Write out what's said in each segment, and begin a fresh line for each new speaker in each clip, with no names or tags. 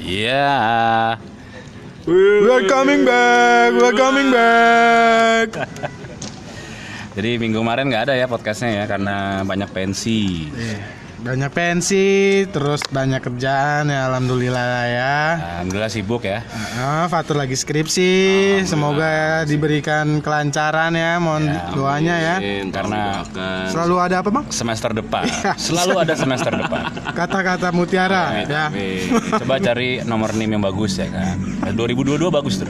Iya.
We are coming back, we are coming back.
Jadi minggu kemarin nggak ada ya podcastnya ya karena banyak pensi.
Iya. Banyak pensi, terus banyak kerjaan ya alhamdulillah lah ya.
Alhamdulillah sibuk ya.
Ah, Fatur lagi skripsi, semoga diberikan kelancaran ya, mohon
Hmm,
doanya ya.
Amin,
Karena-
tolong doakan.
Selalu ada apa bang?
Semester depan.
Iya.
Selalu ada semester depan.
Kata-kata mutiara
Amin,
iya.
ya.
amin. Coba cari nomor NIM yang bagus ya kan. 2022 bagus tuh.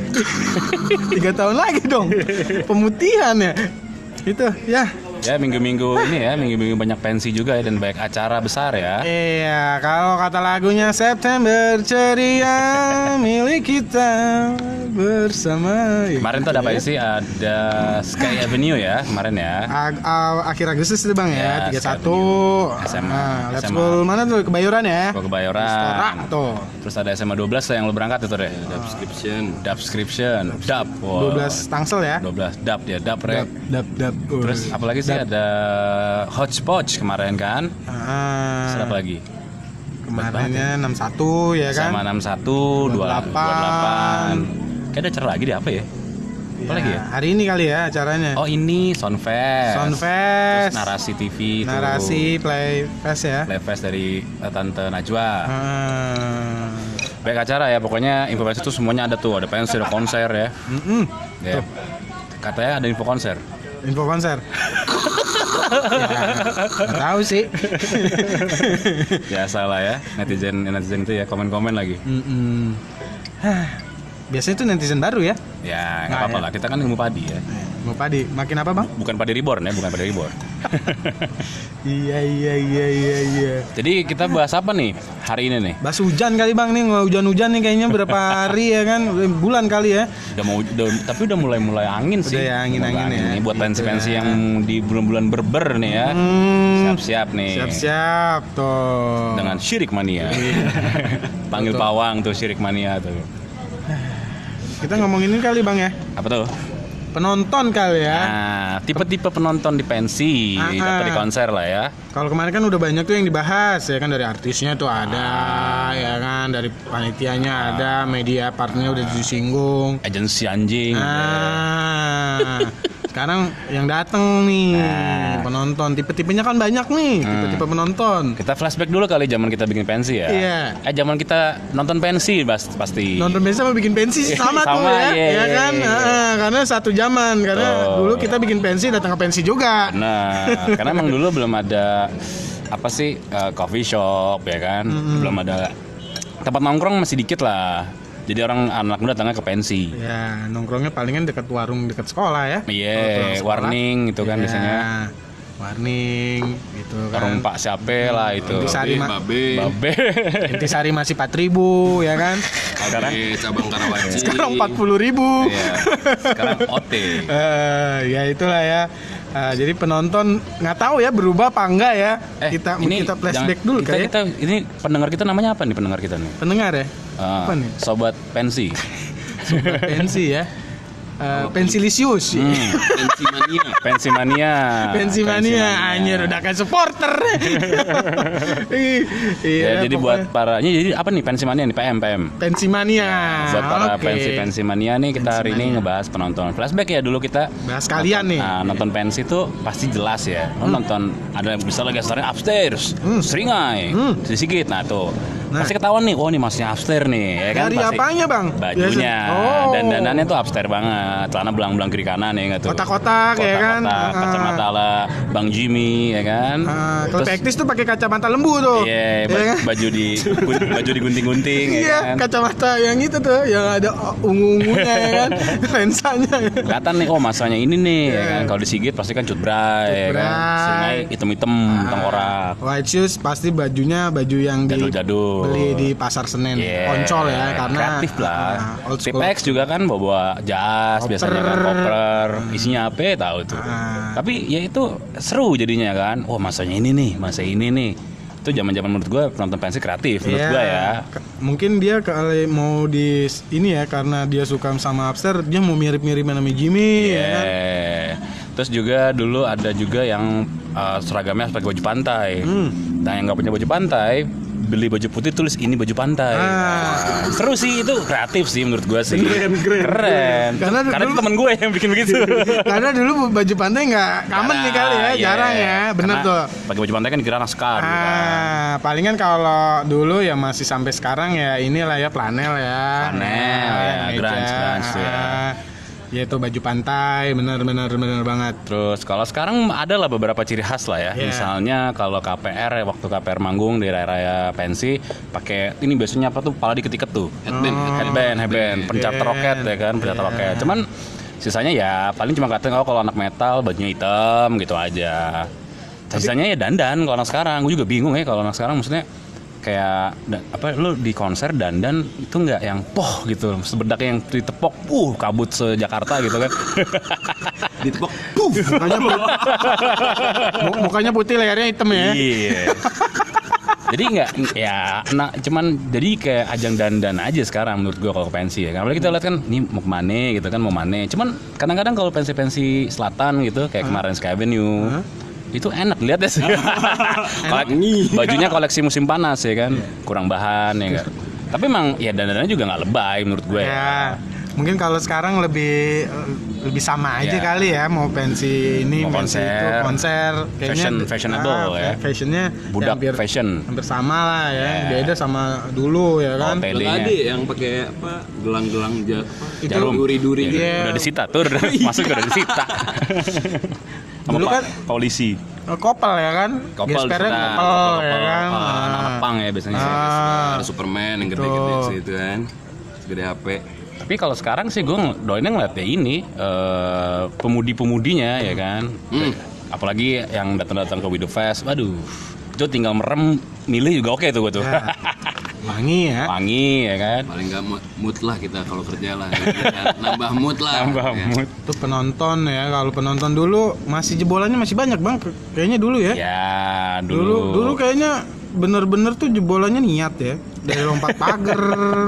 Tiga tahun lagi dong, pemutihan ya. Itu ya.
Ya minggu-minggu ini ya, minggu-minggu banyak pensi juga ya dan banyak acara besar ya.
Iya, kalau kata lagunya September ceria milik kita bersama. Ya,
Kemarin tuh ada apa ya sih? Ada Sky Avenue ya kemarin ya.
Ag- a- akhir Agustus itu bang
Ya,
ya, 31
sekarang SMA,
Nah, lab
SMA.
school mana tuh kebayoran ya
Gua ke
Restoran
Bayoran.
tuh
Terus ada SMA 12 tuh yang lu berangkat itu deh.
Subscription.
Dubscription, Dub. Wow.
12 tangsel ya
12 Dub ya, Dub rek.
dap dap dap
Terus apalagi sih ada Hodgepodge kemarin kan?
Ah,
Terus apa lagi?
kemarinnya 61 ya kan
Sama 61, 28.
28.
Kayaknya ada acara lagi deh apa ya? Apa lagi ya?
hari ini kali ya acaranya
Oh ini Soundfest. Terus
Soundfest
narasi TV itu.
narasi play fest ya
Live Fest dari eh, Tante Najwa.
Ah.
Baik acara ya, pokoknya info pensi itu semuanya ada tuh. Ada pensi, ada konser ya.
Mm-mm.
Ya. Katanya ada info konser.
info konser ya, gak tahu sih
Biasalah ya, netizen netizen itu ya komen-komen lagi.
Mm-mm. Hah, biasanya tuh netizen baru ya
Ya, nggak
Nah,
apa-apa
ya.
lah. Kita kan ilmu padi ya.
mau padi makin apa bang
Bukan padi reborn ya, bukan padi reborn.
Iya iya iya iya iya.
Jadi kita bahas apa nih hari ini nih?
Bahas hujan kali bang nih, nggak hujan-hujan nih kayaknya berapa hari ya kan, Udah bulan kali ya.
Udah mau, udah- tapi udah mulai mulai angin sih.
Udah ya, angin-angin
Mulai
ya.
nih. Buat
Gitu
pensi-pensi
ya.
yang di bulan-bulan berber nih ya.
Hmm,
Siap-siap nih.
siap-siap Iya. tuh.
Dengan syirik mania. Panggil pawang tuh syirik mania tuh.
Kita ngomongin ini kali bang ya,
Apa tuh?
penonton kali ya.
Nah, tipe-tipe penonton di pensi
Ah,
atau
ah.
di konser lah ya.
Kalau kemarin kan udah banyak tuh yang dibahas ya kan dari artisnya tuh ada, ya kan dari panitianya ada, media partnernya udah disinggung.
Agensi anjing.
Ah, sekarang yang dateng nih
Nah. Hmm.
penonton tipe-tipenya kan banyak nih tipe-tipe penonton.
Kita flashback dulu kali zaman kita bikin pensi ya.
Iya.
Eh zaman kita nonton pensi bas- pasti.
nonton pensi sama bikin pensi sih sama, tuh
Sama,
ya,
iya,
ya
iya,
kan?
iya.
Ah, karena satu zaman, karena
Betul.
dulu kita bikin pensi datang ke pensi juga.
Nah, karena emang dulu belum ada apa sih eh, coffee shop ya kan, belum ada tempat nongkrong masih dikit lah. Jadi orang anak muda datangnya ke pensi.
Ya nongkrongnya palingan dekat warung dekat sekolah ya.
Iya,
Kalau pulang sekolah,
warning gitu kan
ya,
biasanya.
Warning gitu kan.
Warung Pak siapa lah itu.
Bisa. Sari,
Babe,
Ma.
Babe.
Babe.
Intisari masih 4000 ya kan.
Sekarang?
Babe, iya, cabang Karawaci.
Sekarang 40.000 ribu.
Iya. Sekarang OT.
ya itulah ya. Eh, jadi penonton nggak tahu ya berubah apa enggak ya. kita kita flashback
Eh, jangan-
dulu ya.
kita,
kayak
kita ini pendengar kita namanya apa nih pendengar kita nih?
pendengar ya.
Ah,
apa nih?
Sobat pensi.
Sobat pensi ya. Eh, pensilisius.
Hmm.
Pensi mania.
Pensi mania.
Pensi
Ah,
mania anjir udah kayak supporter. Ih, iya.
Ya, jadi buat para ini jadi apa nih pensi mania nih PM PM.
pensi mania.
buat para
Ah, Oke.
pensi-pensi mania nih kita hari ini ngebahas penonton flashback ya dulu kita
Bahas kalian nih. Hmm.
nah, nonton pensi itu pasti jelas ya Lo nonton ada misalnya gestarnya upstairs seringai sedikit nah tuh
Hmm. Nah.
pasti ketahuan nih oh nih masnya upstairs nih ya kan
Dari
pasti.
apanya, Bang?
bajunya
Biasa- Oh.
dan danannya tuh upstairs banget celana belang-belang kiri kanan ya nggak tuh
Kotak-kotak, ya kan?
Kotak-kotak,
Ah.
kacamata ala Bang Jimmy ya kan
Ah, kalau
Terus-
praktis tuh pakai kacamata lembu tuh.
Iya,
Iya
ba-
kan?
baju di baju digunting-gunting ya
Iya,
kan.
kacamata yang itu tuh yang ada ungu-ungunya ya kan, lensanya.
kelihatan nih oh masanya ini nih ya kan kalau di Sigit pasti kan cut bray ya
Iya. Cut
kan
bray.
sungai hitam-hitam tengkorak
White shoes pasti bajunya baju yang di
Jadul-jadul.
beli di pasar Senen,
Yeah.
oncol ya karena
Iya, kreatif lah.
ah, old school.
Tipex juga kan bawa jas biasanya kan
Koper.
koper, isinya apa tahu tuh.
Ah.
Tapi ya itu seru jadinya kan. Wah, masanya ini nih, masa ini nih. Itu zaman-zaman menurut gua penonton pensi kreatif menurut
Iya,
gua ya.
ke- Mungkin dia kali mau di ini ya karena dia suka sama Upster, dia mau mirip-mirip sama Jimmy
Iya.
ya kan?
Yeah. Terus juga eh, dulu
Hmm.
ada juga yang uh, seragamnya pakai baju pantai. Nah yang nggak punya baju pantai, beli baju putih tulis ini baju pantai.
Ah.
Seru sih itu kreatif sih menurut gua sih.
Keren, keren,
Keren. Karena,
Karena
itu
dulu-
temen gue yang bikin begitu.
Karena dulu baju pantai nggak common nih kali ya,
Jarang, iya.
jarang ya, bener
Karena
tuh.
Pakai baju pantai kan dikira naskah. gitu kan.
Ah, palingan kalau dulu ya masih sampai sekarang ya inilah ya planel ya.
Flanel, ya,
meja.
grunge, grunge, ya.
Ah, Ya itu baju pantai, benar-benar benar banget.
Terus kalau sekarang ada lah beberapa ciri khas lah ya.
Iya.
Misalnya kalau KPR ya, waktu KPR manggung di raya-raya pensi pakai ini biasanya apa tuh pala diketik tuh. Headband, headband, headband, pencatat roket ya kan, pencatat roket. Cuman sisanya ya paling cuma kata oh kalau anak metal bajunya hitam gitu aja. Sisanya ya dandan kalau anak sekarang. Gue juga bingung ya kalau anak sekarang maksudnya kayak da- apa lu di konser dandan itu nggak yang poh gitu sebedak yang ditepok uh kabut se Jakarta gitu kan
Ditepok. Puff. Makanya
Mu- Mukanya putih, lehernya hitam ya.
Iya. jadi nggak ya nah cuman jadi kayak ajang dandan aja sekarang menurut gua kalau ke pensi ya apalagi kita lihat kan ini mau kemana gitu kan mau mana cuman kadang-kadang kalau pensi-pensi selatan gitu kayak kemarin Sky Avenue itu enak lihat ya sih. Kolek-
Iya.
bajunya koleksi musim panas ya kan kurang bahan ya nggak? tapi emang ya dandannya juga nggak lebay menurut gue ya.
Ya, mungkin kalau sekarang lebih lebih sama aja
Ya.
kali ya mau pensi ini,
Mau
pensi
konser.
itu, konser, ah,
Fashion- fashionable ya.
Fashionnya
Budak
ya hampir,
fashion. Iya.
hampir sama lah ya, beda sama dulu ya kan.
Hotel.
Belum ada yang pakai apa gelang-gelang ja, apa,
Itu
jarum
duri-duri. gitu.
Ya,
Iya.
udah disita tuh udah masuk udah disita sama
Dulu
pak
kan-
polisi
Eh, Kopel ya kan,
Kopel
gespernya
diserang,
kopel, ya
kopel,
kan.
kopel, Ah, anak-anak pang ya biasanya sih.
Ah.
Ada Superman yang gede-gede
Betul.
sih itu kan. Gede HP.
Tapi kalau sekarang sih gue doainnya ngeliatnya ini eh, pemudi-pemudinya ya kan. Apalagi yang datang-datang ke Widow Fest, waduh itu tinggal merem milih juga oke tuh gue tuh.
wangi ya.
Wangi ya kan.
Paling nggak mood, mood lah kita kalau kerja lah. Gitu kan. Nambah mood lah.
Tambah
Ya.
mood.
Itu penonton ya, kalau penonton dulu masih jebolannya masih banyak bang, Ke- kayaknya dulu ya.
Ya
Dulu
dulu.
dulu kayaknya bener-bener tuh jebolannya niat ya, dari lompat pagar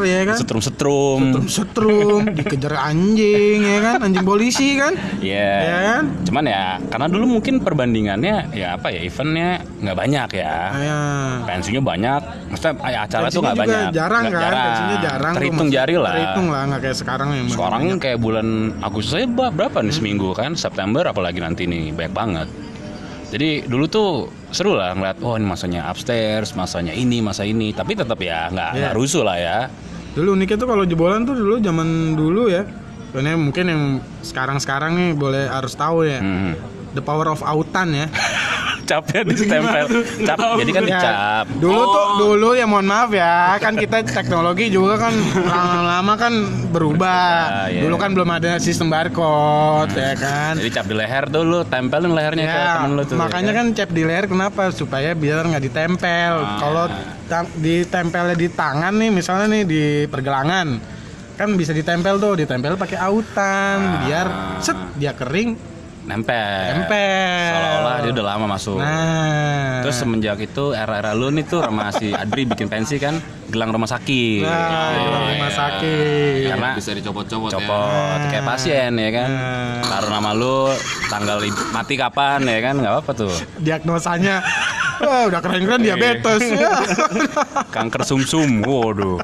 ya kan.
Setrum-setrum.
setrum dikejar anjing ya kan anjing polisi kan
Iya.
Ya kan?
Cuman ya karena dulu mungkin perbandingannya ya apa ya eventnya nggak banyak ya.
Iya. Ayah.
Pensinya banyak, maksudnya ay- acara tuh nggak banyak.
jarang
Nggak
kan pensinya jarang tuh,
Terhitung
maksudnya.
jari lah.
terhitung lah Hmm. nggak kayak sekarang yang
Sekarang kayak bulan Agustus saya berapa
Hmm.
nih seminggu kan September apalagi nanti nih banyak banget. Jadi dulu tuh seru lah ngeliat oh ini masanya upstairs, masanya ini, masa ini. Tapi tetap ya nggak
Iya.
nggak rusuh lah ya.
dulu uniknya tuh kalau jebolan tuh dulu zaman dulu ya karena mungkin yang sekarang-sekarang nih boleh harus tahu ya
Hmm.
the power of autan ya
Capnya ditempel. Cap, jadi kan
Ya,
dicap.
dulu tuh dulu ya mohon maaf ya kan kita teknologi juga kan lama-lama kan berubah
Ah, iya.
dulu kan belum ada sistem barcode ya kan
Jadi cap di leher tuh lu tempelin lehernya ke
Ya,
temen lu tuh.
makanya kan cap di leher kenapa? Supaya biar nggak ditempel.
Ah.
Kalau ta- ditempelnya di tangan nih, misalnya nih di pergelangan, kan bisa ditempel tuh, ditempel pakai autan,
Ah.
biar set dia kering,
nempel.
tempel.
Eh, Seolah-olah dia udah lama masuk.
Nah,
Terus semenjak itu era-era lu nih tuh sama si Adri bikin pensi kan gelang rumah sakit.
nah, iya.
Gitu.
di rumah sakit.
Karena
Bisa dicopot-copot ya.
copot kayak pasien ya kan
Nah.
taruh nama lu tanggal i- mati kapan ya kan nggak apa-apa tuh
Diagnosanya "Wah, udah keren-keren
Iya.
diabetes. Ya,
kanker sumsum waduh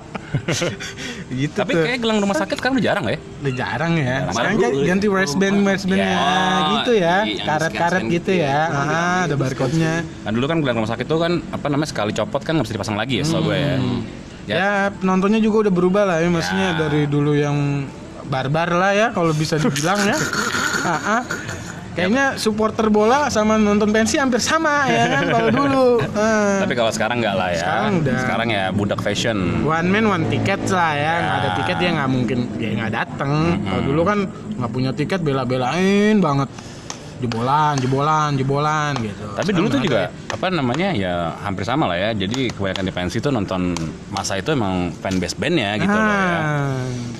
gitu
tapi
tuh.
kayak gelang rumah sakit sekarang udah jarang ya
Udah jarang ya. Sekarang
Baru
kayak
dulu ya.
ganti wristband wristband
Ya.
ya. gitu ya.
Iya, yang
Karet-karet
scan-scan
gitu
gitu
ya.
ya.
Ah, ada barcode-nya.
nah dulu kan gelang rumah sakit tuh kan apa namanya sekali copot kan nggak bisa dipasang lagi ya setahu gue ya ya
Ya, penontonnya juga udah berubah lah ya. Maksudnya dari dulu yang barbar lah ya kalau bisa dibilang ya. Ah, ah. Kayaknya supporter bola sama nonton pensi hampir sama ya kan kalau dulu. Ah.
tapi kalau sekarang nggak lah ya
Sekarang udah.
Sekarang ya budak fashion
One man one ticket lah ya, nggak ada tiket ya nggak mungkin ya nggak dateng. Kalau dulu kan nggak punya tiket bela-belain banget, jebolan, jebolan, jebolan gitu.
tapi dulu tuh juga apa namanya ya hampir sama lah ya jadi kebanyakan di pensi tuh nonton masa itu emang fanbase bandnya gitu loh ya
Ah,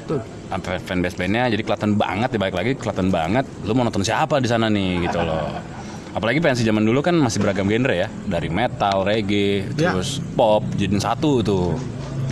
betul.
sampai fanbase bandnya jadi kelihatan banget ya balik lagi kelihatan banget lu mau nonton siapa di sana nih gitu loh apalagi pensi zaman dulu kan masih beragam genre ya dari metal reggae
Ya.
terus pop jadiin satu tuh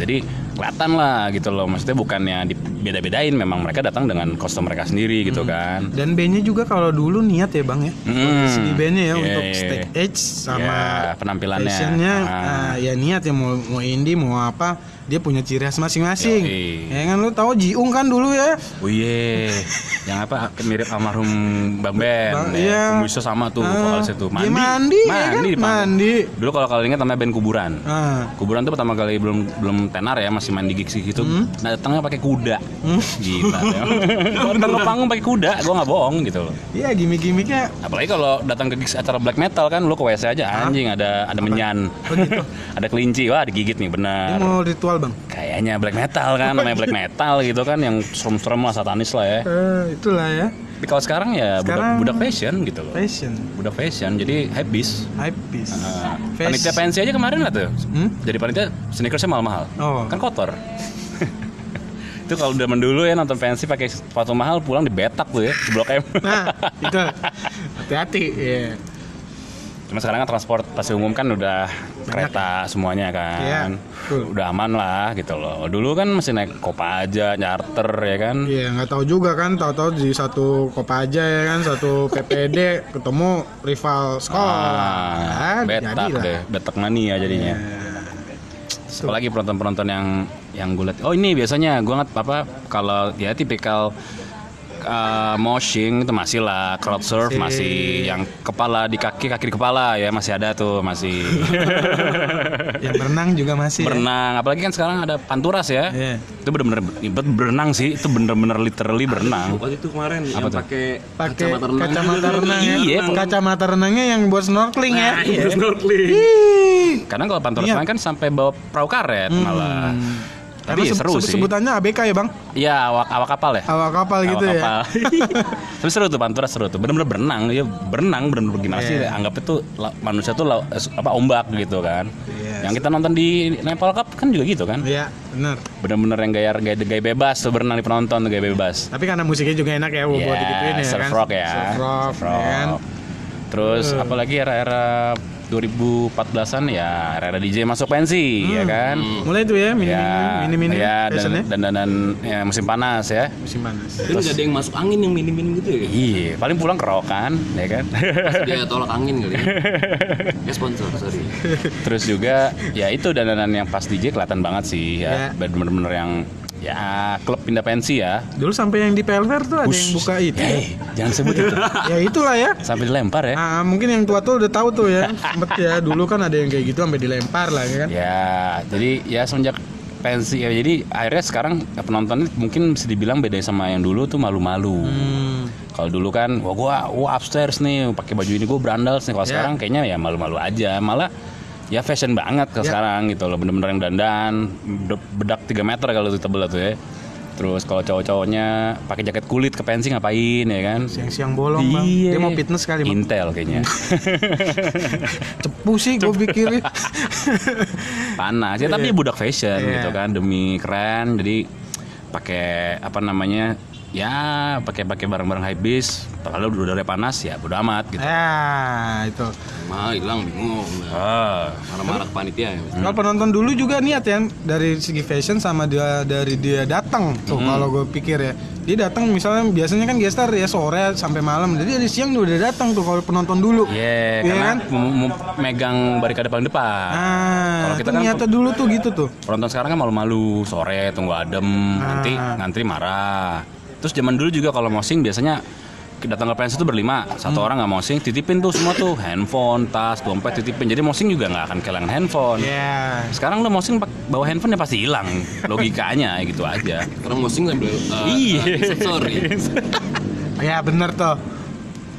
Jadi kelihatan lah gitu loh. Maksudnya bukannya dibeda-bedain memang mereka datang dengan kostum mereka sendiri gitu kan.
Dan bandnya juga kalau dulu niat ya bang ya.
Hmm.
Di bandnya ya
Iya,
untuk
iya,
stage
iya.
edge sama
Ya, penampilannya.
fashionnya,
Ah.
ah, ya niat ya mau mau indie mau apa dia punya ciri khas masing-masing.
Yoi.
Ya kan lu tahu Jiung kan dulu ya.
Oh iya, yang apa mirip almarhum Bang Ben.
Bang,
ya.
iya.
Kumbusnya sama tuh
Ah,
vokalis itu.
dia mandi, ya kan?
di panggung.
Mandi.
Dulu kalau kalian ingat namanya band kuburan.
Ah.
Kuburan tuh pertama kali belum belum tenar ya, masih main di gigs gitu.
Hmm.
Nah, datangnya pakai kuda. Gila. ya. datang ke panggung pakai kuda, gua nggak bohong gitu loh.
Iya gimmick-gimmicknya
Apalagi kalau datang ke gigs acara black metal kan lu ke WC aja anjing ada ada menyan. ada kelinci, wah digigit nih
dia
benar.
Oh gitu. Iya, mau ritual bang.
Kayaknya black metal kan, namanya black metal gitu kan yang serem-serem lah satanis lah ya.
Eh, itulah ya
Tapi kalau sekarang ya
Sekarang-
budak budak fashion gitu loh.
fashion,
Budak fashion jadi habis.
hype piece.
Nah,
Fas-
panitia pensi aja kemarin lah tuh.
Hmm?
Jadi panitia sneakersnya mahal-mahal.
Oh.
Kan kotor. itu kalau udah mendulu ya nonton pensi pakai sepatu mahal pulang dibetak tuh ya di Blok M.
Nah itu hati-hati. ya.
Cuma sekarang kan transportasi umum kan udah kereta semuanya kan.
Iya, betul.
Udah aman lah gitu loh. Dulu kan masih naik kopaja, charter ya kan.
Iya nggak tahu juga kan, tahu-tahu di satu kopaja ya kan, satu PPD ketemu
Ah,
rival sekolah,
betak
Ah, jadilah. Iya.
deh, betak mania jadinya. Apalagi penonton-penonton yang yang gue liat. Oh ini biasanya gue ngat apa kalau ya tipikal uh, moshing itu masih lah crowd surf masih yang kepala di kaki kaki di kepala ya masih ada tuh masih
Yang berenang juga masih. ya.
berenang apalagi kan sekarang ada panturas ya
Iya.
itu bener-bener ribet berenang sih itu bener-bener literally
Iya.
berenang
Waktu itu kemarin yang pakai
Pakai
kacamata renang.
kacamata renang ya.
Iya, Bang.
Kacamata renangnya yang buat snorkeling ya.
Nah, itu snorkeling.
Iya. Ih,
karena kalau panturas
Iya. Hmm.
sekarang kan sampai bawa perahu karet malah
Karena
tapi ya
se-
seru
se-
sih
Sebutannya ABK ya bang,
Iya awak awak kapal ya.
awak kapal gitu
Awak
ya.
kapal. Tapi seru tuh pantura seru tuh. Benar-benar berenang dia berenang benar-benar gimana sih anggap itu la- manusia tuh lau- eh, apa ombak gitu kan.
Iya.
Yang kita nonton di Nepal Cup kan juga gitu kan.
Iya benar.
Benar-benar yang gaya gaya, gaya bebas tuh berenang di penonton tuh gaya bebas.
Tapi karena musiknya juga enak ya, buat digituin ya
Iya, surf
kan.
rock ya.
Surf rock,
Surf
ya kan.
rock. Terus apalagi era-era 2014-an ya era-era DJ masuk pensi ya
Hmm.
kan.
Mulai tuh ya, minim
Ya,
minim minim
ya, dan,
fashionnya.
dan, dan, dan ya, musim panas ya.
Musim panas.
Tapi nggak ada yang masuk angin yang minim-minim gitu ya.
Iya, paling pulang kerokan, ya kan.
Dia tolak angin kali. ya. Ya sponsor, sorry.
Terus juga ya itu dandanan yang pas DJ kelihatan banget sih ya.
Ya.
Bener-bener yang ya klub pindah pensi ya.
Dulu sampai yang di PLR tuh ada yang
Ush.
buka itu.
Hey, jangan sebut itu.
ya itulah ya.
Sampai dilempar ya.
Ah, mungkin yang tua tuh udah tahu tuh ya. Sempet ya dulu kan ada yang kayak gitu sampai dilempar lah ya kan.
Ya, jadi ya semenjak pensi ya jadi akhirnya sekarang ya, penontonnya mungkin bisa dibilang beda sama yang dulu tuh malu-malu.
Hmm.
Kalau dulu kan, wah gua wah upstairs nih pakai baju ini gua berandal nih. Kalau
Ya.
sekarang kayaknya ya malu-malu aja. Malah ya fashion banget ke sekarang gitu loh. Bener-bener yang dandan bed- bedak 3 meter kalau itu tebel tuh ya. Terus kalau cowok-cowoknya pakai jaket kulit ke pensi ngapain ya kan? Iya.
Siang-siang bolong bang. Dia mau fitness kali bang.
Intel kayaknya.
Cepu sih gue pikir.
panas ya tapi budak fashion
Iya.
gitu kan demi keren jadi pakai apa namanya ya pakai pakai barang-barang high bis kalau udaranya panas ya bodo amat gitu
ah itu.
Mahal hilang bingung. Nah,
ah
Marah-marah ke panitia ya.
Kalau penonton dulu juga niat ya dari segi fashion sama dia dari dia datang tuh kalau gue pikir ya dia datang misalnya biasanya kan gestar ya sore sampai malam jadi dari siang dia udah datang tuh kalau penonton dulu.
yeah,
Iya
karena
kan?
mem- mem- megang barikade paling depan Kalau
Ah,
kita
kita
kan-
niatnya dulu tuh gitu tuh.
penonton sekarang kan malu-malu sore tunggu adem nanti
Ah.
ngantri marah terus zaman dulu juga kalau mosing biasanya datang ke pensi itu berlima
Hmm.
satu orang nggak mosing titipin tuh semua tuh handphone tas dompet titipin jadi mosing juga nggak akan kehilangan handphone
Ya.
Sekarang lo mosing pak- bawa handphone ya pasti hilang logikanya gitu aja.
Sekarang mosing sambil uh,
Iya.
sorry.
Ya bener tuh.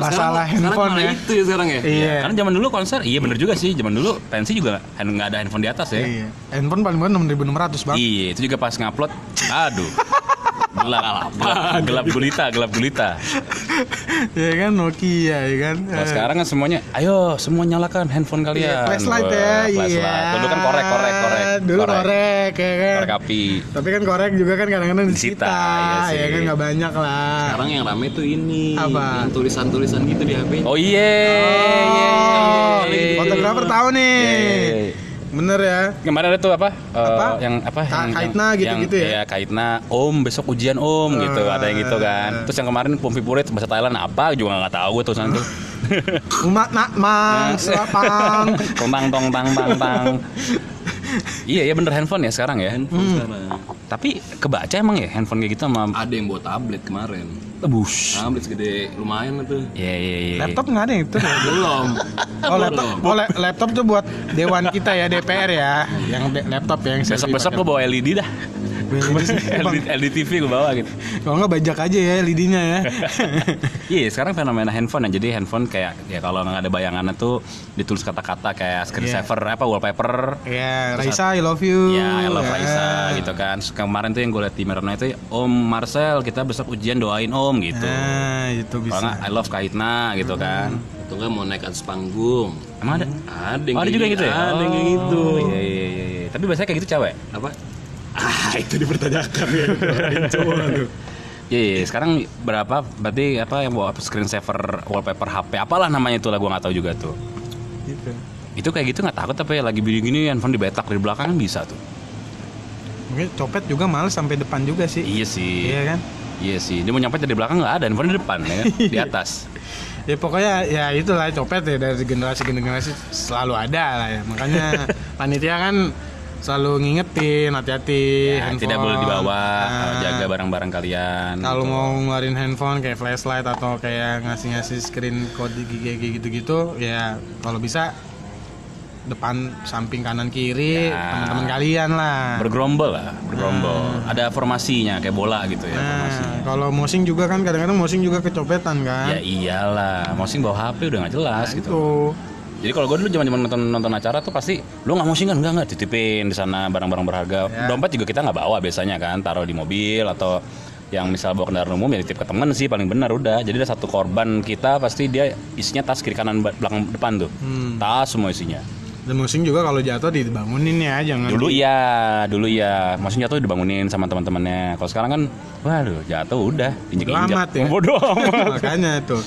Masalah handphone ya.
itu ya sekarang ya.
Iya.
Karena zaman dulu konser, iya bener juga sih. Zaman dulu pensi juga hand- nggak ada handphone di atas ya.
Iya. Handphone paling murah 6600, Bang.
Iya, itu juga pas ngupload, aduh. Gelap, gelap, gelap gulita, gelap gulita.
Iya kan Nokia ya kan.
Kalau
Eh,
sekarang kan semuanya, ayo semua nyalakan handphone kalian.
iya, flashlight ya.
Wah, flashlight.
Iya.
Dulu kan korek, korek, korek.
Dulu korek, ya kan.
Korek api.
Tapi kan korek juga kan kadang-kadang
Disita,
disita,
iya sih.
ya kan nggak banyak lah.
Sekarang yang rame tuh ini.
Apa?
Yang tulisan-tulisan gitu di HP.
Oh iya, iya, iya, iya, iya.
Oh. Fotografer tahu nih.
Iya, iya.
bener ya
Kemarin ada tuh apa? eh,
Apa?
yang apa?
Ka-
yang-
Kaitna
yang-
gitu-gitu ya?
Iya, Kaitna. Om, besok ujian Om gitu. Ada yang gitu kan.
Ah.
Terus yang kemarin Pumpi Purit bahasa Thailand apa juga nggak tahu gue tulisan itu.
umat nak mang
Iya.
selapang
Tong tong tang tang tang. Iya ya bener handphone ya sekarang ya.
handphone sekarang.
Tapi kebaca emang ya handphone kayak gitu sama
Ada yang bawa tablet kemarin.
bush.
Tablet segede lumayan itu.
Iya iya iya.
laptop nggak ada yang itu
Belum.
oh laptop oh, la- laptop tuh buat dewan kita ya DPR ya yang de- laptop ya, yang
Besok besok lo bawa LED dah. E LED, LED TV gue bawa gitu.
kalau nggak bajak aja ya lidinya ya
Iya, sekarang fenomena handphone ya. Jadi handphone kayak ya kalau nggak ada bayangannya tuh ditulis kata-kata kayak
Iya.
screensaver apa wallpaper.
ya Raisa I love you
Ya, I love
Ya.
Raisa gitu kan. Terus Kemarin tuh yang gue liat di Merona itu Om Marcel kita besok ujian doain Om gitu.
nah itu
Kalau
bisa Hmm.
nggak I love Kaitna gitu kan.
Atau nggak mau naik atas panggung.
Emang ada?
Ada yang
Oh, ada
kayak
juga yang gitu ya?
Ada yang kayak
Oh,
gitu.
Iya, iya, iya, iya. Tapi biasanya kayak gitu cewek.
Apa? Ah, itu dipertanyakan ya. Ada cowok tuh.
Iya, iya, iya. sekarang berapa? Berarti apa yang bawa screensaver wallpaper HP? Apalah namanya itu lah gue nggak tahu juga tuh.
gitu.
Itu kayak gitu nggak takut tapi lagi video gini handphone dibetak dari belakang kan bisa tuh.
mungkin copet juga males sampai depan juga sih
Iya sih.
iya kan
Iya sih. Dia mau nyampe dari belakang nggak ada, handphone di depan ya kan?
Iya.
di atas.
ya pokoknya ya itulah copet ya dari generasi ke generasi selalu ada lah ya makanya panitia kan selalu ngingetin hati-hati
Iya,
Ya,
handphone.
tidak boleh dibawa,
Ah.
Nah,
jaga barang-barang kalian.
kalau mau ngeluarin handphone kayak flashlight atau kayak ngasih-ngasih screen code di gigi gitu-gitu ya kalau bisa depan samping kanan kiri
Ya.
teman-teman kalian lah
bergerombol lah, bergerombol.
Ah.
Ada formasinya kayak bola gitu ya
nah,
formasinya.
kalau mosing juga kan kadang-kadang mosing juga kecopetan
Ya
Ah.
kan
iyalah, mosing bawa HP udah nggak jelas gitu.
itu
Jadi kalau gue dulu zaman zaman nonton nonton acara tuh pasti lu nggak mau singkan nggak nggak titipin di sana barang-barang berharga. Dompet juga kita nggak bawa biasanya kan, taruh di mobil atau yang misal bawa kendaraan umum ya titip ke temen sih paling benar udah. Jadi ada satu korban kita pasti dia isinya tas kiri kanan ba- belakang depan tuh, tas semua isinya.
dan mosing juga kalau jatuh dibangunin ya jangan
Dulu iya, dulu iya. Maksudnya tuh dibangunin sama teman-temannya. Kalau sekarang kan, waduh jatuh udah,
amat
injek-injek.
ya.
Bodoh amat.
makanya tuh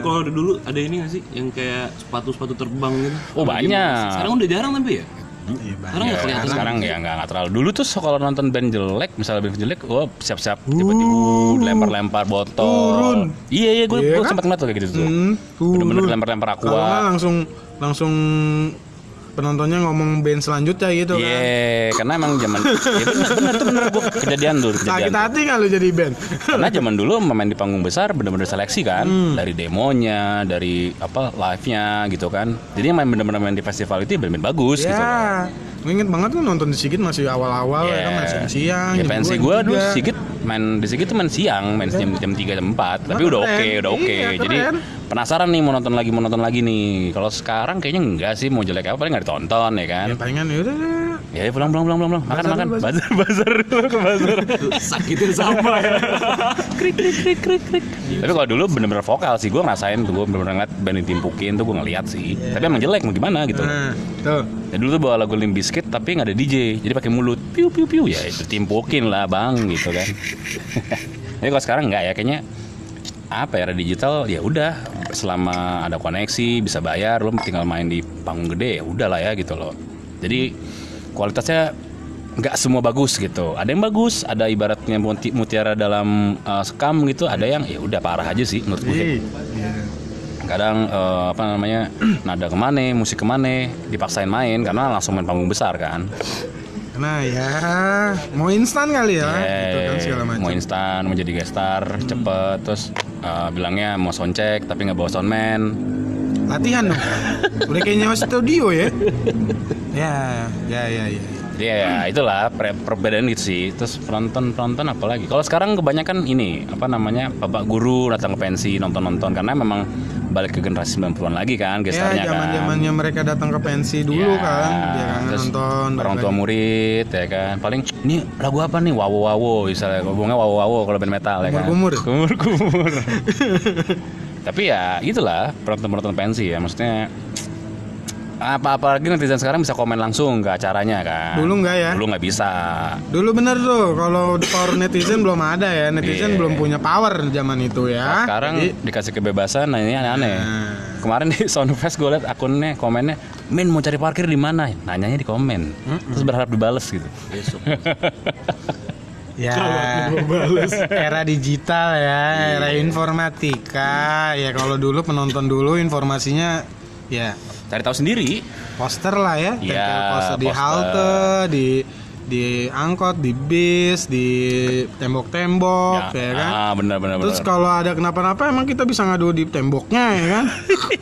Ah.
kalau ada dulu ada ini nggak sih yang kayak sepatu-sepatu terbang gitu?
Oh,
Apa gimana
banyak.
sih? Sekarang udah jarang tapi ya.
Iya,
Sekarang nggak
Ya,
kelihatan.
sekarang ya nggak nggak terlalu. Dulu tuh so- kalau nonton band jelek, misalnya band jelek, wah siap-siap tiba-tiba uh, lempar-lempar botol. Iya iya, gue
Iya
gue
kan?
sempet ngeliat tuh kayak gitu tuh.
Hmm,
Bener-bener
turun.
lempar-lempar aqua.
Kalau nggak langsung langsung penontonnya ngomong band selanjutnya gitu
Iya, karena emang zaman ya bener, bener tuh bener gue kejadian dulu
kan. Sakit
kejadian.
hati kalau jadi band.
Karena zaman dulu memain di panggung besar bener-bener seleksi kan,
Hmm.
dari demonya, dari apa live-nya gitu kan. Jadi yang main bener-bener main di festival itu ya band-band bagus gitu. loh.
ya. Gue inget banget tuh nonton di Sigit masih awal-awal ya kan masih siang.
Ya,
jam
pensi
dua,
gue
jam
dulu
tiga.
sedikit main di Sigit kan. tuh main siang, main jam jam 3 jam 4, tapi
Emang
udah oke,
keren.
udah oke.
Iya,
Jadi
keren.
penasaran nih mau nonton lagi, mau nonton lagi nih. Kalau sekarang kayaknya enggak sih, mau jelek apa paling nggak ditonton ya kan.
Ya palingan yaudah deh.
Ya, pulang pulang pulang pulang pulang. Makan makan. Bazar bazar dulu ke bazar.
Sakitnya sama ya.
tapi kalau dulu bener-bener vokal sih gue ngerasain tuh gue bener-bener ngeliat band ditimpukin tuh gue ngeliat sih. Tapi emang jelek mau gimana gitu.
Nah, tuh.
Ya, dulu tuh bawa lagu Limp Bizkit tapi nggak ada DJ. Jadi pakai mulut. Piu piu piu ya itu timpukin lah, Bang, gitu kan. Tapi kalau sekarang nggak ya kayaknya apa ya era digital ya udah selama ada koneksi bisa bayar lo tinggal main di panggung gede ya udah lah ya gitu loh jadi kualitasnya nggak semua bagus gitu ada yang bagus ada ibaratnya muti- mutiara dalam eh, sekam gitu ada yang ya udah parah aja sih menurut gue
Ih,
kadang eh, apa namanya nada kemana musik kemana dipaksain main karena langsung main panggung besar kan
Nah ya mau instan kali ya, gitu kan
Eh,
segala
mau
macam. Hmm.
instan mau jadi guest star cepet terus eh, bilangnya mau soundcheck tapi nggak bawa soundman
Latihan dong. Udah kayak nyawa studio ya. ya, ya, ya, ya.
jadi ya itulah per- perbedaan itu gitu sih terus penonton penonton apalagi kalau sekarang kebanyakan ini apa namanya bapak guru datang ke pensi nonton nonton karena memang balik ke generasi 90-an lagi kan guest
Ya,
starnya kan
zaman-zamannya mereka datang ke pensi dulu
Ya,
kan, dia kan
terus
nonton
orang tua murid ya kan paling ini lagu apa nih wawo wawo misalnya ngomongnya wawo wawo kalau band metal ya kan
Kumur-kumur.
kumur kumur tapi ya itulah penonton penonton pensi ya maksudnya apa apalagi netizen sekarang bisa komen langsung ke acaranya kan
Dulu nggak ya?
dulu nggak bisa
Dulu bener tuh, kalau power netizen belum ada ya,
Iya.
netizen belum punya power zaman itu ya.
sekarang
Jadi,
dikasih kebebasan nah ini aneh-aneh
Hmm.
kemarin di Soundfest gue liat akunnya komennya Min mau cari parkir di mana nanyanya di komen terus berharap dibales gitu
besok
ya era digital ya,
Iya.
era informatika. Ya kalau dulu penonton dulu informasinya ya
cari tahu sendiri
poster lah ya,
Iya,
tempel poster di
poster.
halte, di di angkot, di bis, di tembok-tembok ya kan.
ah benar benar
Terus
benar.
kalau ada kenapa-napa emang kita bisa ngadu di temboknya ya kan?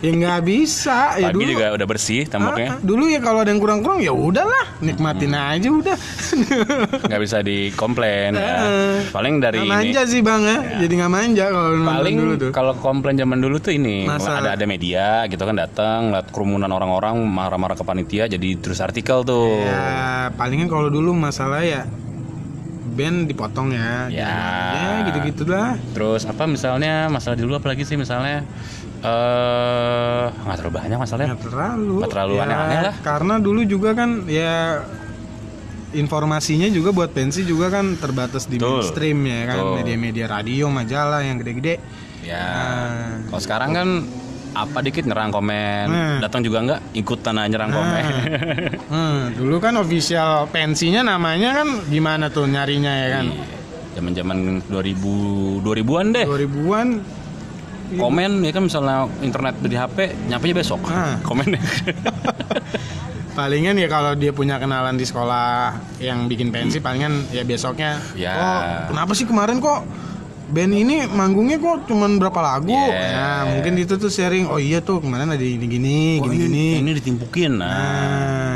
ya nggak bisa. Ya
pagi
dulu
juga udah bersih
Ah, ah,
temboknya
dulu ya kalau ada yang kurang-kurang ya udahlah, nikmatin
Hmm.
aja udah.
nggak bisa dikomplain ya.
Heeh.
paling dari
Nggak
ini
manja sih bang ya, jadi nggak manja kalau nonton
paling
dulu tuh.
kalau komplain zaman dulu tuh ini
Masalah.
ada ada media gitu kan datang lihat kerumunan orang-orang marah-marah ke panitia jadi terus artikel tuh
Ya palingan kalau dulu masalah ya band dipotong ya.
Ya.
Ya gitu-gitulah.
Terus apa misalnya masalah dulu apalagi sih misalnya eh nggak terlalu banyak masalahnya.
Nggak terlalu.
Eh. Nggak terlalu
Ya,
aneh-aneh lah.
Karena dulu juga kan ya informasinya juga buat pensi juga kan terbatas di
Betul.
mainstream ya kan
Betul.
media-media radio majalah yang gede-gede
Ya.
Ah.
Kalau sekarang kan apa dikit nyerang komen,
Nah.
datang juga nggak ikutan aja nyerang komen.
Hmm, dulu kan official pensinya namanya kan gimana tuh nyarinya ya kan?
Iya. Zaman-zaman 2000 2000-an deh.
2000-an
Komen ya kan misalnya internet di HP nyampenya besok.
Ah.
Komen.
palingan ya kalau dia punya kenalan di sekolah yang bikin pensi palingan ya besoknya
Ya.
"Oh, kenapa sih kemarin kok band ini manggungnya kok cuman berapa lagu?
Yeah.
Nah, mungkin itu tuh sharing. Oh iya tuh kemarin ada ini gini,
Ya. Oh,
gini gini.
ini, ini ditimpukin. Nah.
Nah,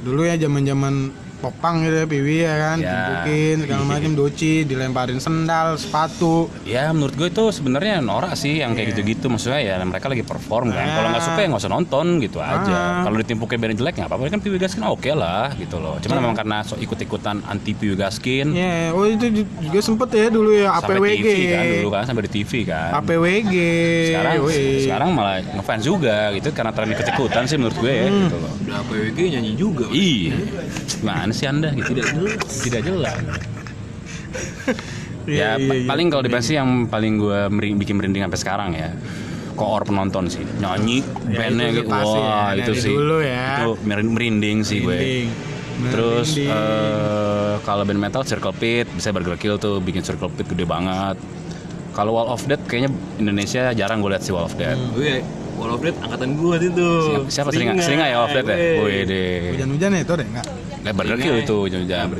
dulu ya zaman-zaman popang gitu ya, piwi ya kan,
Ya.
timpukin segala macam doci, dilemparin sendal, sepatu.
Ya menurut gue itu sebenarnya norak sih yang kayak gitu-gitu maksudnya ya mereka lagi perform kan. Kalau nggak suka ya nggak usah nonton gitu aja. Kalau ditimpukin band jelek nggak apa-apa kan Piwi Gaskin oke lah gitu loh. Cuman memang karena so ikut-ikutan anti Piwi Gaskin
Ya, oh itu ju- juga sempet ya dulu ya
sampai
APWG.
TV kan dulu kan sampai di TV kan.
APWG.
Sekarang
Woi.
sekarang malah ngefans juga gitu karena tren ikut-ikutan sih menurut gue ya gitu loh.
udah PWG nyanyi juga
Ih, mana Iya. sih anda gitu?
tidak jelas
Tidak jelas.
Iya,
ya
iya,
pa-
iya.
paling kalau di band sih yang paling gue mering, bikin merinding sampai sekarang ya koor penonton sih nyanyi bandnya
Ya, itu
gitu
pasti ya,
wah itu
dari
sih
dulu ya.
itu merin- merinding sih
Merinding.
gue terus eh, kalau band metal circle pit bisa Burger Kill tuh bikin circle pit gede banget kalau Wall of Death kayaknya Indonesia jarang gue lihat si Wall of Death
Hmm.
gue ya, wall of Death angkatan gue waktu itu
Siapa- siapa seringa seringa ya Wall of Death
Iya,
ya
weh.
wih deh
Hujan-hujan ya itu deh enggak?
Lah, Burger Kill itu jam-jam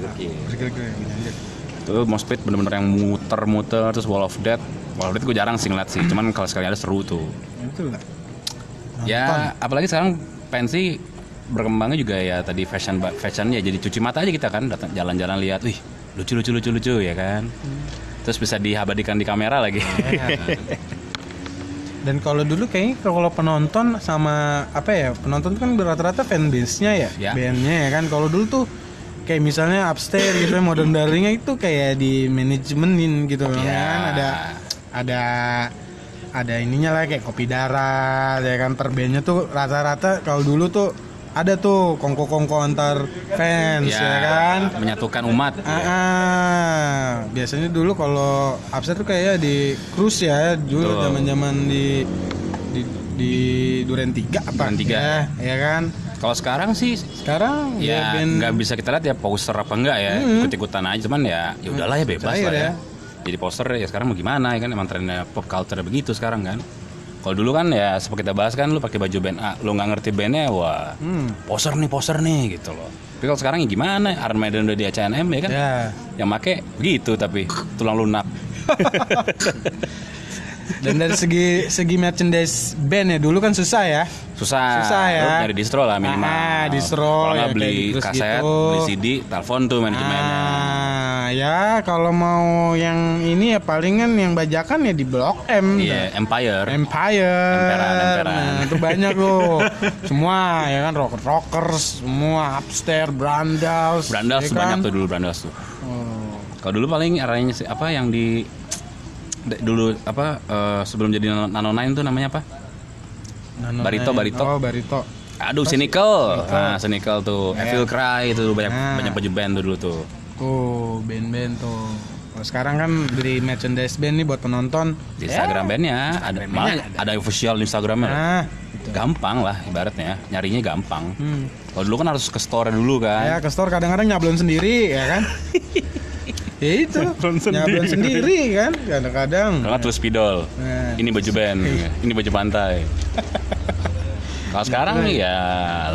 itu Mospit bener-bener yang muter-muter terus Wall of Death Wall of Death gue jarang sih ngeliat sih cuman kalau sekali ada seru tuh
Betul lah.
Ya, apalagi sekarang pensi berkembangnya juga ya tadi fashion ba- fashion ya jadi cuci mata aja kita kan datang jalan-jalan lihat, wih lucu lucu lucu lucu ya kan. Terus bisa diabadikan di kamera lagi.
Dan kalau dulu kayaknya kalau penonton sama apa ya penonton kan rata-rata fanbase-nya ya,
Ya.
bandnya ya kan. Kalau dulu tuh kayak misalnya upstairs gitu ya modern darlingnya itu kayak di manajemenin gitu ya.
Ya.
kan ada ada ada ininya lah kayak kopi darah ya kan per bandnya tuh rata-rata kalau dulu tuh ada tuh kongko-kongko antar fans ya, kan.
menyatukan umat.
Ah, ah. biasanya dulu kalau upset tuh kayak di cruise ya dulu
Betul.
zaman-zaman di di di Duren 3 apa?
Duren Tiga.
Ya, ya kan.
Kalau sekarang sih
Sekarang
ya
band-
nggak bisa kita lihat ya poster apa enggak ya ikut-ikutan aja cuman ya ya udahlah ya bebas
Cair
lah ya.
ya.
Jadi poster ya sekarang mau gimana ya kan emang trennya pop culture begitu sekarang kan. Kalau dulu kan ya seperti kita bahas kan lu pakai baju band A, lu nggak ngerti bandnya wah
Hmm.
poser nih poser nih gitu loh. Tapi kalau sekarang ya gimana? Iron Maiden udah di A&M ya kan?
Ya.
Yang make begitu tapi tulang lunak.
Dan dari segi segi merchandise band ya dulu kan susah ya.
Susah,
Susah ya.
Lu nyari distro lah minimal.
Ah, distro,
Kalau nggak
ya,
beli
kayak terus
kaset,
gitu.
beli CD, telepon tuh manajemennya.
Ah, ya kalau mau yang ini ya palingan yang bajakan ya di Blok M.
Iya, Empire.
Empire.
Emperan, emperan.
Nah, itu banyak loh. semua ya kan rocker rockers, semua upstairs, brandaus.
Brandas
ya
tuh
kan?
banyak tuh dulu Brandas tuh.
Oh,
Kalau dulu paling arahnya sih, apa yang di de- dulu apa eh, sebelum jadi Nano Nine tuh namanya apa?
Nano
Barito,
Nine.
Barito.
Nah, Oh, barito.
Aduh, Cynical. Nah, Cynical tuh. Evil Cry itu banyak banyak baju band tuh dulu tuh.
Oh, band-band tuh. Kalau sekarang kan beli merchandise band nih buat penonton.
Di Instagram Iya. bandnya ada malah ada official Instagramnya. loh.
Nah,
Gampang lah ibaratnya, nyarinya gampang. Kalau dulu kan harus ke store dulu kan.
ya hmm, ke store kadang-kadang nyablon sendiri ya kan. ya itu nyablon sendiri kan kadang-kadang.
Kalau nggak tulis spidol.
Nah.
Ini baju band, ini baju pantai. Kalau sekarang nih ya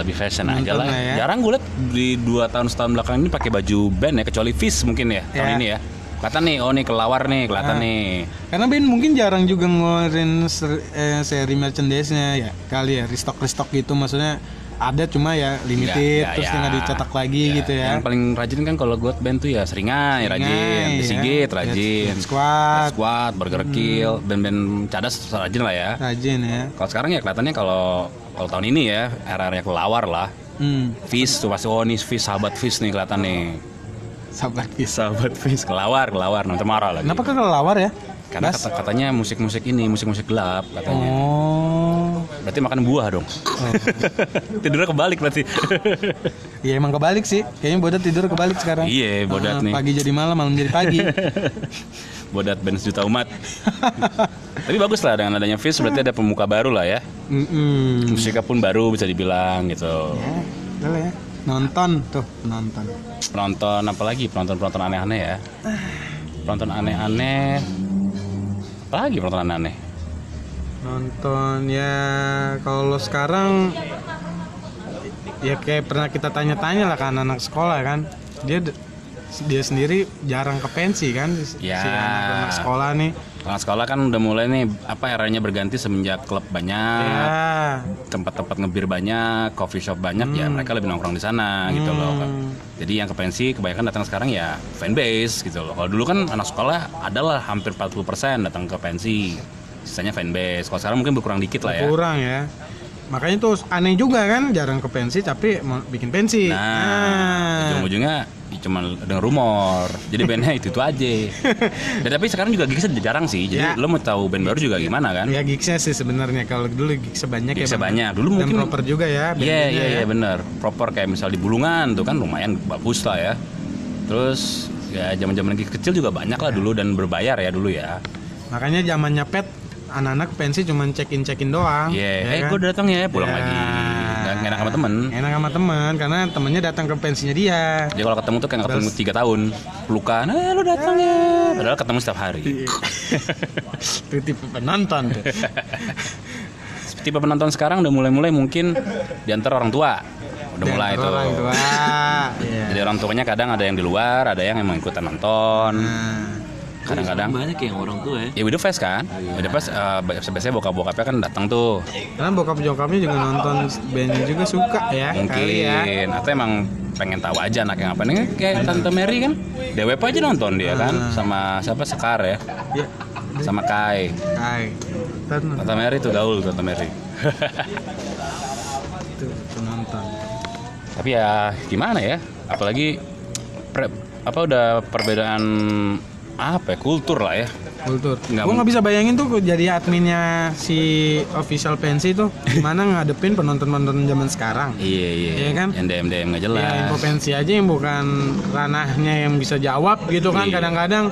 lebih fashion aja lah.
Iya. lah ya.
Jarang gue liat di dua tahun setahun belakang ini pakai baju band ya, kecuali Fish mungkin ya tahun
Ya.
ini ya. Kelihatan nih, oh nih kelawar nih, kelihatan
Ah.
nih.
Karena Ben mungkin jarang juga ngeluarin ser- eh, seri merchandise-nya ya kali ya restock-restock gitu maksudnya ada cuma ya limited
Ya, ya,
terus
ya.
tinggal dicetak lagi
Ya,
gitu ya.
Yang paling rajin kan kalau gue band tuh ya seringan, ya rajin,
Nah,
The
ya.
Sigit
Dead-
rajin,
Dead squad Hmm.
Dead Squad, Burger Kill, band-band cadas rajin lah ya.
rajin ya.
Kalau sekarang ya kelihatannya kalau kalau tahun ini ya era-era kelawar lah.
Hmm,
Fish tuh pasti oh nih Fish sahabat Fish nih kelihatan nih.
sahabat
Sahabat Fish kelawar kelawar nanti marah lagi.
Kenapa kelelawar
Iya.
ya?
Karena kata katanya musik-musik ini musik-musik gelap katanya.
Oh.
Berarti makan buah dong. Tidurnya kebalik berarti.
Ya emang kebalik sih. Kayaknya bodat tidur kebalik sekarang.
Iya, bodat
Ah,
nih.
Pagi jadi malam, malam jadi pagi.
Bodat band sejuta umat. Tapi bagus lah dengan adanya Fish berarti ada pemuka baru lah ya.
Mm-mm.
Musiknya pun baru bisa dibilang gitu.
Ya, udah lah ya. Nonton tuh, nonton.
Penonton apa lagi? Penonton-penonton aneh-aneh ya. Penonton aneh-aneh. Apa lagi penonton aneh-aneh?
Nonton ya kalau sekarang ya kayak pernah kita tanya-tanya lah ke anak-anak sekolah kan. Dia d- dia sendiri jarang ke pensi kan si
Ya.
si anak-anak sekolah nih.
Kalau sekolah kan udah mulai nih apa eranya berganti semenjak klub banyak,
Ya.
tempat-tempat ngebir banyak, coffee shop banyak ya mereka lebih nongkrong di sana gitu loh. Jadi yang ke pensi kebanyakan datang sekarang ya fanbase gitu loh. Kalau dulu kan anak sekolah adalah hampir 40% datang ke pensi. Sisanya fanbase. Kalau sekarang mungkin berkurang dikit lah ya.
kurang ya makanya tuh aneh juga kan jarang ke pensi tapi mau bikin pensi Ah,
Nah, ujung-ujungnya ya cuma dengan rumor. Jadi bandnya itu itu aja. Dan tapi sekarang juga gigsnya jarang sih. Jadi
Ya.
lo mau tahu band baru juga gimana kan?
ya gigsnya sih sebenarnya kalau dulu gigsnya banyak
Gigsnya
ya Bang.
banyak. Dulu
dan
mungkin-
proper juga ya
Iya
band-bandnya
iya
ya.
iya benar. Proper kayak misal di Bulungan tuh kan lumayan bagus lah ya. Terus ya zaman-zaman lagi kecil juga banyak lah dulu dan berbayar ya dulu ya.
makanya zamannya pet anak-anak pensi cuma check in check in doang
Iya,
ya
eh
kan?
gue datang ya, pulang
Ya.
lagi. Nggak nggak enak sama temen.
enak sama teman karena temennya datang ke pensinya dia
Jadi kalau ketemu tuh kayak nggak ketemu tiga tahun, pelukan, eh lo datang ya. Padahal ketemu setiap hari.
titip penonton tuh.
Tipe penonton sekarang udah mulai-mulai mungkin diantar orang tua, udah mulai
Dan
tuh.
orang tua Iya.
Jadi orang tuanya kadang ada yang di luar, ada yang emang ikutan nonton.
Nah,
Kadang-kadang
banyak yang orang tua ya
Ya Widow Fest kan? Widow Fest eh, biasanya bokap-bokapnya kan datang tuh.
karena bokap jokapnya juga nonton bandnya juga suka ya kali ya
Mungkin atau emang pengen tahu aja anaknya ngapain Ini kayak Tante Mary kan DWP aja nonton dia kan sama siapa Sekar ya
ya
sama Kai
Hai. Nonton.
Tante Mary tuh gaul Tante Mary
Tuh, penonton.
tapi ya gimana ya apalagi pre- apa udah perbedaan apa ya, kultur lah ya
Kultur.
Nggak
Gue nggak bisa bayangin tuh gua jadi adminnya si official pensi tuh gimana ngadepin penonton-penonton zaman sekarang.
iya iya
Iya kan?
yang DM DM nggak jelas
Ya, info pensi aja yang bukan ranahnya yang bisa jawab gitu kan
Iya.
kadang-kadang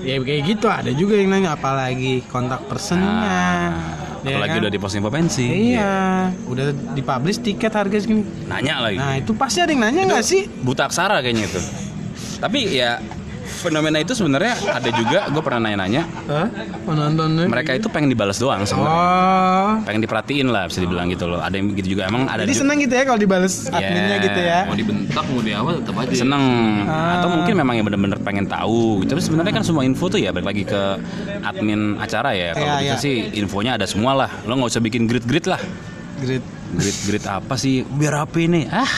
ya kayak gitu ada juga yang nanya apalagi kontak personnya.
Nah,
Ya
apalagi
kan?
udah di posting pensi
Iya, udah dipublish tiket harga segini.
nanya lagi
Nah, itu pasti ada yang nanya nggak sih?
buta aksara kayaknya itu tapi ya fenomena itu sebenarnya ada juga gue pernah nanya-nanya
Hah? Penontonnya?
mereka itu pengen dibalas doang sebenarnya
Oh.
pengen diperhatiin lah bisa dibilang gitu loh ada yang gitu juga emang ada
Jadi
ju-
senang gitu ya kalau dibales adminnya
Iya.
gitu ya. Ah.
mau dibentak mau di apa tetap aja
seneng atau mungkin memang yang bener-bener pengen tahu tapi sebenarnya kan semua info tuh ya balik lagi ke admin acara ya kalau
Iya,
kita
iya.
sih infonya ada semua lah lo nggak usah bikin grid-grid lah
Great.
grid-grid apa sih biar apa ini ah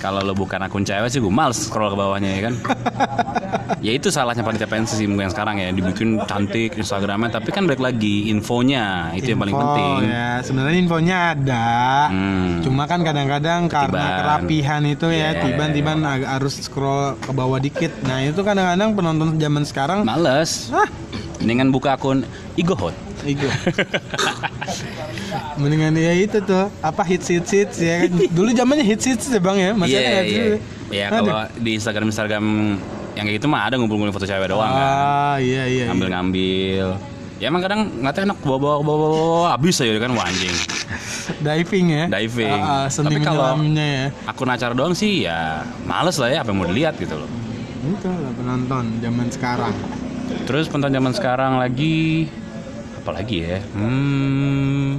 kalau lo bukan akun cewek sih gue males scroll ke bawahnya ya kan ya itu salahnya panitia pensi sih mungkin sekarang ya dibikin cantik instagramnya tapi kan balik lagi infonya itu yang paling
Info,
penting
Ya, sebenarnya infonya ada.
Hmm.
Cuma kan kadang-kadang karena
Ketiban.
kerapihan itu
Iya.
ya, tiban-tiban agak harus scroll ke bawah dikit. Nah, itu kadang-kadang penonton zaman sekarang
Nah. Males.
Hah?
Mendingan buka akun Igohot.
Igo. mendingan ya itu tuh apa hits hits hits ya kan dulu zamannya hits hits ya bang ya masih ada
Iya,
nggak
iya.
dulu?
Iya,
Ada.
kalau di Instagram Instagram yang kayak gitu mah ada ngumpul-ngumpul foto cewek doang kan.
ah iya iya iya.
Ngambil-ngambil. Ya emang kadang nggak enak bawa bawa bawa bawa, bawa habis aja kan wah, anjing.
diving ya
Diving.
Ah, ah, seni
Tapi kalau-
menyelamnya ya
Akun acara doang sih ya males lah ya apa yang mau dilihat gitu loh.
itu lah penonton zaman sekarang
Terus penonton zaman sekarang lagi apalagi ya? Hmm.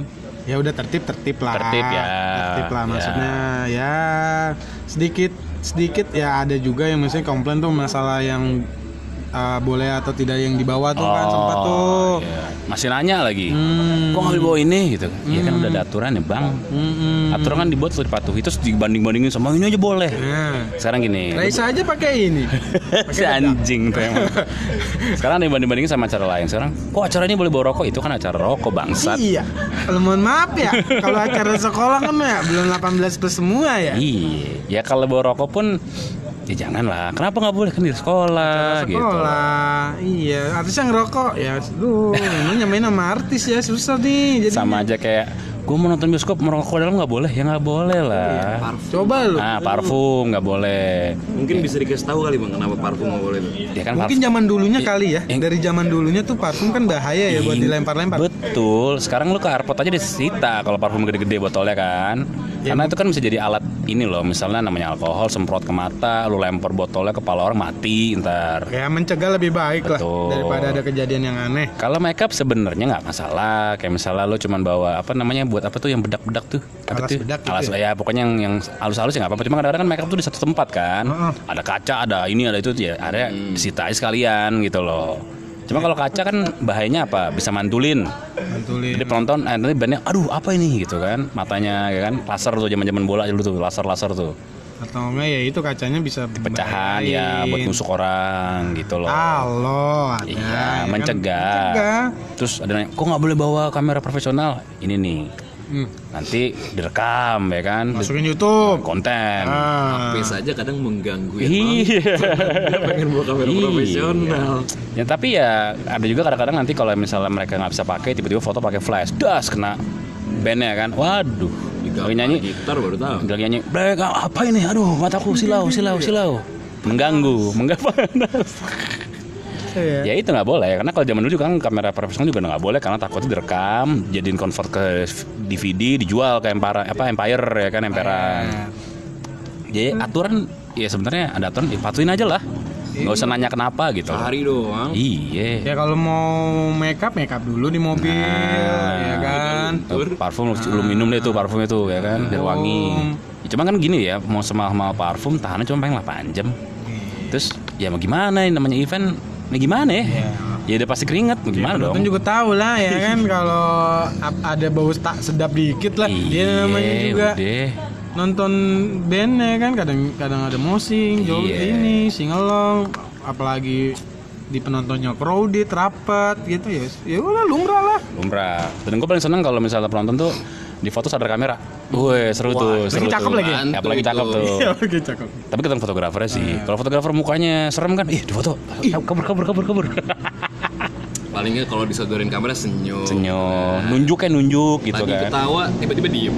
ya udah tertib tertib lah
Tertib ya.
tertib lah
Ya.
maksudnya ya sedikit sedikit ya ada juga yang misalnya komplain tuh masalah yang uh, boleh atau tidak yang dibawa tuh kan sempat tuh
iya. Masih nanya lagi.
Hmm.
Kok nggak dibawa ini gitu? Ya kan udah ada aturan ya, Bang.
Mm-mm.
Aturan kan dibuat untuk dipatuhi. Terus dibanding-bandingin sama ini aja boleh.
Nah,
Sekarang gini. lu
Raisa aja pakai ini.
si anjing tuh emang. Sekarang dibanding bandingin sama acara lain. Sekarang, kok acara ini boleh bawa rokok? Itu kan acara rokok bangsat.
iya. Kalau mohon maaf ya, kalau acara sekolah kan ya belum 18 plus semua ya.
Iya. Ya kalau bawa rokok pun, ya jangan lah. Kenapa nggak boleh kan di sekolah, gitu.
Sekolah, iya. Artis yang ngerokok ya, lu lu nyamain sama artis ya susah nih. Jadi
Sama aja kayak, gue mau nonton bioskop merokok dalam nggak boleh? Ya nggak boleh
Iya,
lah.
coba lu.
Nah, parfum nggak boleh.
Mungkin bisa dikasih tahu kali bang kenapa parfum nggak boleh. Bang.
Ya kan
Mungkin
parfum.
zaman dulunya kali ya.
yang-
Dari zaman dulunya tuh parfum kan bahaya ya buat dilempar-lempar.
Betul. Sekarang lu ke airport aja disita kalau parfum gede-gede botolnya kan.
Iya,
Karena itu kan bisa jadi alat ini loh. Misalnya namanya alkohol semprot ke mata, lu lempar botolnya ke kepala orang mati ntar.
Ya mencegah lebih baik lah
Betul.
daripada ada kejadian yang aneh.
Kalau makeup sebenarnya nggak masalah. Kayak misalnya lu cuman bawa apa namanya buat apa tuh yang bedak-bedak tuh? Apa
Alas
tuh?
bedak gitu
Alas ya pokoknya yang yang halus-halus ya nggak apa-apa. Cuma kadang-kadang kan makeup tuh di satu tempat kan. Ada kaca, ada ini, ada itu ya. Ada disita aja sekalian gitu loh. Cuma kalau kaca kan bahayanya apa? Bisa mantulin.
Mantulin.
Jadi penonton eh, nanti bandnya aduh apa ini gitu kan matanya ya kan laser tuh zaman-zaman bola dulu tuh laser-laser tuh
Atau enggak ya itu kacanya bisa
pecahan ya buat
membahayain.
nusuk orang gitu loh.
Halo, ada. ya
Iya,
kan?
mencegah.
Mencegah.
Terus ada nanya, kok nggak boleh bawa kamera profesional? Ini nih,
Hmm.
nanti direkam ya kan,
Masukin YouTube.
konten. Nah,
Ah.
HP saja kadang mengganggu ya. Bang.
Iya.
Dia pengen bawa kamera
Iya.
profesional.
Ya tapi ya ada juga kadang-kadang nanti kalau misalnya mereka nggak bisa pakai, tiba-tiba foto pakai flash, das kena bandnya kan. Waduh, lagi nyanyi,
Gitar baru tahu.
Dia lagi nyanyi, "Black, apa ini? Aduh, mataku silau, silau, silau." Mengganggu, mengganggu.
Iya.
ya itu nggak boleh karena kalau zaman dulu juga kan kamera profesional juga nggak boleh karena takutnya direkam jadiin convert ke DVD dijual ke empire apa empire ya kan emperan
Nah.
jadi
Hmm.
aturan ya sebenarnya ada aturan ya patuin aja lah nggak usah nanya kenapa gitu loh.
Sehari doang.
iya
Ya kalau mau makeup makeup dulu di mobil,
Nah, iya,
ya kan.
Tuh, parfum lu- lu minum deh tuh parfum itu ya kan biar wangi ya, cuman kan gini ya mau semahal-mahal parfum tahannya cuma pengen 8 jam
Iya.
terus ya mau gimana ini namanya event ya gimana ya ya udah pasti keringet mau gimana dong
Kan Iya. juga tahu lah ya kan kalau ap- ada bau tak sedap dikit lah. Dia namanya
Iya,
juga
udah.
nonton band ya kan kadang kadang ada mosing, joget
Iya.
ini, singelong, apalagi di penontonnya crowded, rapat gitu ya. Ya udah lumrah lah.
lumrah dan gue paling seneng kalau misalnya penonton tuh di foto sadar kamera Wih seru tuh seru
cakep
tuh.
lagi
ya?
Ya, apalagi cakep tuh
Oke, gitu, cakep.
tapi ketemu fotografernya sih kalau fotografer mukanya serem kan ih di foto kabur kabur kabur kabur
Palingnya kalau disodorin kamera senyum.
senyum nunjuk kayak nunjuk gitu
Lagi
kan Hmm.
ketawa tiba-tiba diem.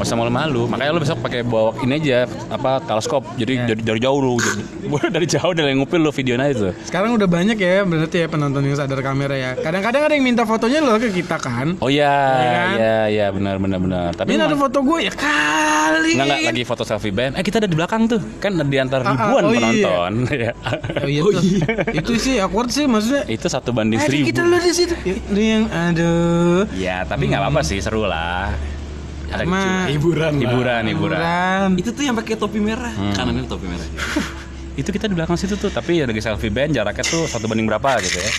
nggak usah malu-malu makanya lo besok pakai bawa ini aja apa teleskop jadi dari, dari jauh lo boleh dari jauh dari ngupil lo videonya itu
Sekarang udah banyak ya berarti ya penonton yang sadar kamera ya. Kadang-kadang ada yang minta fotonya loh ke kita kan.
oh iya
kan?
iya iya benar benar benar tapi
Ini ada
emang-
foto gue ya kali.
Nggak, nggak, lagi foto selfie band. Eh kita ada di belakang tuh, kan di antara
Ah, ah,
ribuan
oh iya.
penonton. Iya.
Oh iya, tuh. itu sih awkward sih maksudnya.
itu satu banding
Ada
seribu.
kita lu di situ. Ya, Ini yang aduh.
Ya tapi nggak apa-apa sih, seru lah. Ada
Ma,
hiburan, hiburan, hiburan.
Hiburan.
Itu tuh yang pakai topi merah.
Hmm.
Kanannya topi merah.
Itu kita di belakang situ tuh, tapi ya lagi selfie band jaraknya tuh satu banding berapa gitu ya.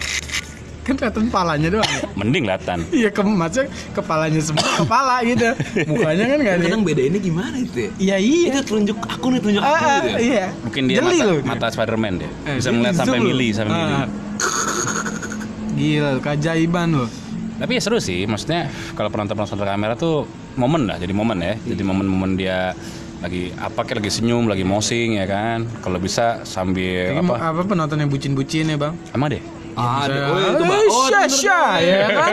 Kan kelihatan palanya doang. ya.
Mending kelihatan.
Iya ke maksudnya kepalanya semua kepala gitu. Mukanya kan enggak ada.
Kadang bedainnya gimana itu ya?
Iya iya.
Itu telunjuk aku nih telunjuk aku
Ah,
gitu. ya.
iya.
Mungkin dia
Jeli
mata,
loh.
mata Spiderman deh.
Eh,
Bisa
dia
melihat
di
sampai
zoom
mili,
loh.
sampai mili.
Ah. Gila, lu, keajaiban loh.
Tapi ya seru sih, maksudnya kalau penonton-penonton dari kamera tuh momen lah, jadi momen
Iya.
ya. Jadi momen-momen dia lagi apa kayak lagi senyum, lagi mosing ya kan. Kalau bisa sambil
Jadi
apa?
apa penonton yang bucin-bucin ya, Bang?
Emang deh.
Ah, ada. Oh, itu Bang.
Eh,
Oh,
sya,
bener,
sya,
Bang.
ya kan?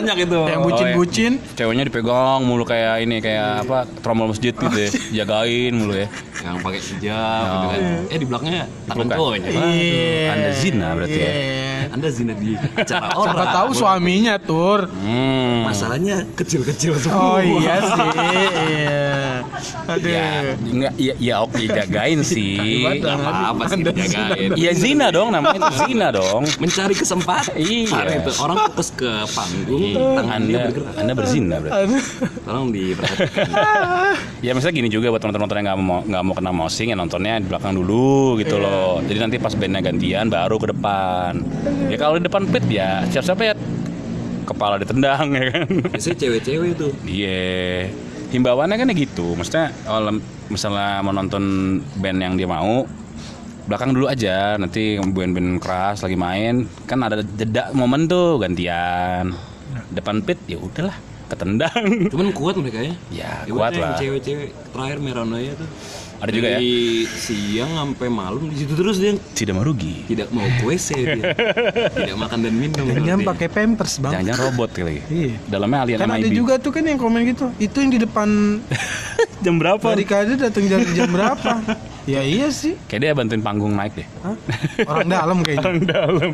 Banyak itu.
yang bucin-bucin
Ceweknya dipegang mulu kayak ini kayak apa tromol masjid gitu ya. Jagain mulu ya.
Yang pakai hijab gitu kan. Eh di belakangnya tangan
Bukan.
cowoknya.
Ya. Iya.
Oh, Anda zina berarti ya. Oh,
Anda zina di acara orang.
Siapa tahu suaminya tur.
Hmm.
Masalahnya kecil-kecil semua.
Oh iya sih. Iya. Aduh.
Ya, enggak, ya, ya oke jagain iya, sih.
Gak apa-apa sih dijagain.
Iya zina dong namanya itu zina dong.
Mencari kesempatan.
Iya.
Itu. Orang fokus ke panggung,
Iya.
tangan dia
Anda,
bergerak.
anda berzina berarti.
Tolong diperhatikan.
Ya misalnya gini juga buat teman-teman yang nggak mau nggak mau kena mousing ya nontonnya di belakang dulu gitu loh. Jadi nanti pas bandnya gantian baru ke depan. Ya kalau di depan pit ya siap-siap ya kepala ditendang ya kan.
Biasanya cewek-cewek tuh.
Iya. Himbauannya kan ya gitu. Maksudnya kalau misalnya mau nonton band yang dia mau belakang dulu aja nanti band-band keras lagi main kan ada jeda momen tuh gantian depan pit ya udahlah ketendang
Cuman kuat mereka ya.
Iya,
Ya,
Ibaratnya
kuat
yang
lah.
Cewek-cewek terakhir Meranoia tuh.
Ada
ya?
juga
Dari siang sampai malam di situ terus dia
tidak merugi
tidak mau ke WC dia. tidak makan dan minum.
Jangan
berarti.
pakai pampers bang.
jangan-jangan robot kali
Iya.
dalamnya alien
Kan ada
MIB.
juga tuh kan yang komen gitu. Itu yang di depan
jam berapa
barikade datang jam jam berapa? ya iya sih.
kayak dia bantuin panggung naik deh
Hah? Orang dalam kayaknya.
dalam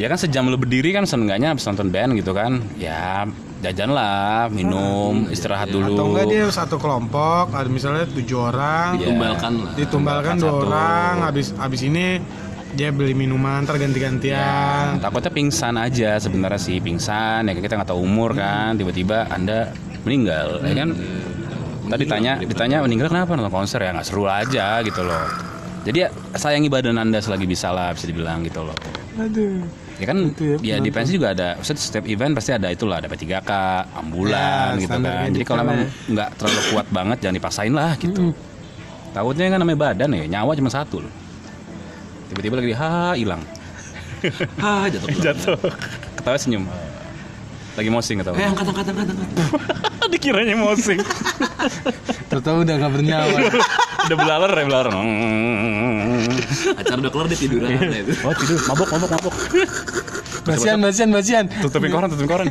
ya kan sejam lu berdiri kan seenggaknya habis nonton band gitu kan ya jajan lah minum istirahat dulu
Ah, iya. Atau enggak dia satu kelompok, ada misalnya tujuh orang,
Iya.
Tumbalkan lah.
ditumbalkan dua orang, habis habis ini dia beli minuman terganti-gantian.
takutnya pingsan aja sebenarnya sih pingsan ya kita nggak tahu umur kan tiba-tiba anda meninggal ya kan tadi ditanya ditanya meninggal kenapa nonton konser ya nggak seru aja gitu loh jadi ya, sayangi badan anda selagi bisa lah bisa dibilang gitu loh
Aduh.
ya kan
Itu
ya,
ya,
di pensi juga ada maksudnya setiap event pasti ada itulah ada P3K ambulan
Ya,
gitu
standar
kan
kayak
jadi
gitu
kalau
lah
memang nggak terlalu kuat banget jangan dipaksain lah gitu takutnya kan namanya badan ya nyawa cuma satu loh tiba-tiba lagi ha hilang
Ah, jatuh. ke belakang.
ketawa senyum lagi mosing ketawa
Eh, angkat, angkat, angkat, angkat.
dikiranya mosing
Terutama udah gak bernyawa.
Iya. udah belaler ya belaler
Acara udah kelar dia tiduran lah itu.
oh tidur mabok mabok mabok
Basian, basian, basian.
tutupin koran tutupin koran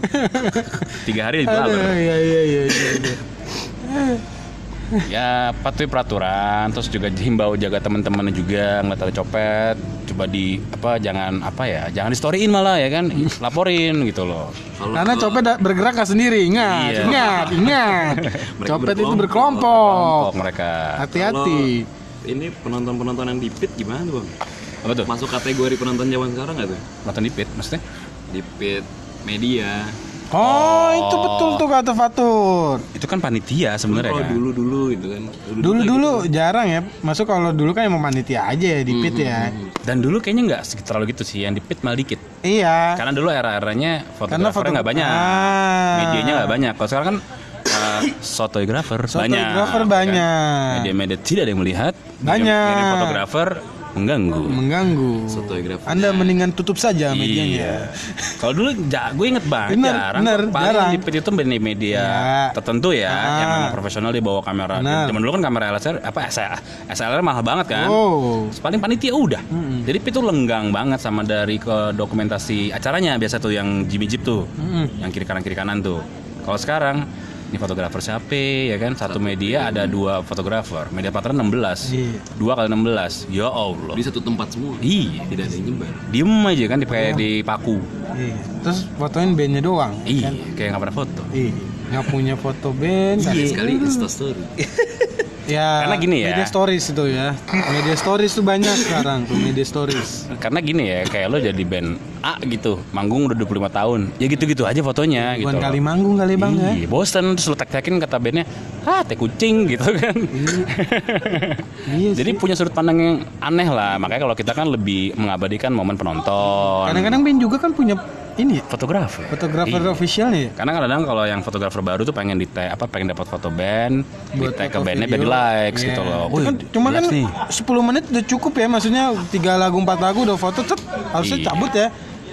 tiga hari
Aduh,
belaler
iya, iya, iya. iya, iya.
ya patuhi peraturan terus juga himbau jaga teman-teman juga ngeliat ada copet coba di apa jangan apa ya jangan di storyin malah ya kan laporin gitu loh
Kalau
Karena
ke-
copet da- bergerak gak sendiri. Ingat,
Iya.
ingat, ingat.
Mereka
copet itu
berkelompok.
oh
berkelompok.
mereka
Hati-hati.
Kalau Ini penonton-penonton yang dipit gimana tuh, Bang?
apa tuh
Masuk kategori penonton zaman sekarang nggak tuh?
nonton di pit maksudnya
Dipit media.
Oh, itu betul tuh kata Fatur.
itu kan panitia sebenarnya
Oh,
Kalau
kan
dulu-dulu gitu kan.
Dulu-dulu jarang ya. Masuk kalau dulu kan emang panitia aja ya di pit
Hmm,
ya.
dan dulu kayaknya nggak segi- terlalu gitu sih yang di pit malah dikit
Iya.
karena dulu era-eranya Kan fotografernya
foto-
nggak banyak
Ah.
medianya nggak banyak kalau sekarang kan eh, Sotografer banyak,
Fotografer
kan?
banyak.
media-media tidak ada yang melihat
Banyak.
Media- fotografer mengganggu
Mengganggu.
Fotografer.
Anda mendingan tutup saja medianya.
Iya. Kalau dulu ja, gue inget banget
Bener,
jarang.
bener,
paling
jarang.
di PT itu media, media
Ya.
tertentu ya,
Ah.
yang memang profesional dia bawa kamera.
Bener.
Zaman dulu kan kamera LSR apa SLR, SLR mahal banget kan.
Oh.
Terus Paling panitia udah. Jadi itu lenggang banget sama dari ke dokumentasi acaranya biasa tuh yang Jimmy Jeep tuh,
Hmm,
yang kiri kanan kiri kanan tuh. Kalau sekarang ini fotografer siapa ya kan satu media ada dua fotografer media partner 16
Iya.
dua kali 16 ya Allah
Di satu tempat semua.
Iya.
Tidak ada yang nyebar.
diem aja kan dipakai di paku
Iya. Terus fotoin bandnya doang.
Iya, kayak nggak pernah foto.
Iya. Nggak punya foto band.
Iya.
nggak-
Sekali instastory.
Ya.
Karena gini ya.
Media stories itu ya. Media stories tuh banyak sekarang tuh media stories.
Karena gini ya, kayak lo jadi band A gitu, manggung udah 25 tahun. Ya gitu-gitu aja fotonya gitu.
Iya, Bukan
loh.
kali manggung kali bang ya.
Iya, bosen terus lo tek-tekin kata bandnya, ah teh kucing gitu kan.
Iya.
jadi punya sudut pandang yang aneh lah. Makanya kalau kita kan lebih mengabadikan momen penonton.
Kadang-kadang band juga kan punya ini ya,
fotografer.
fotografer
Iya.
officialnya ya.
Karena kadang-kadang kalau yang fotografer baru tuh pengen di tag- apa pengen dapat foto band, di
Buat
tag ke
foto
bandnya biar di
video.
likes
Iya.
gitu loh.
Itu kan, cuma kan
likes nih.
10 menit udah cukup ya maksudnya tiga lagu empat lagu udah foto cet harusnya
Iya.
cabut ya.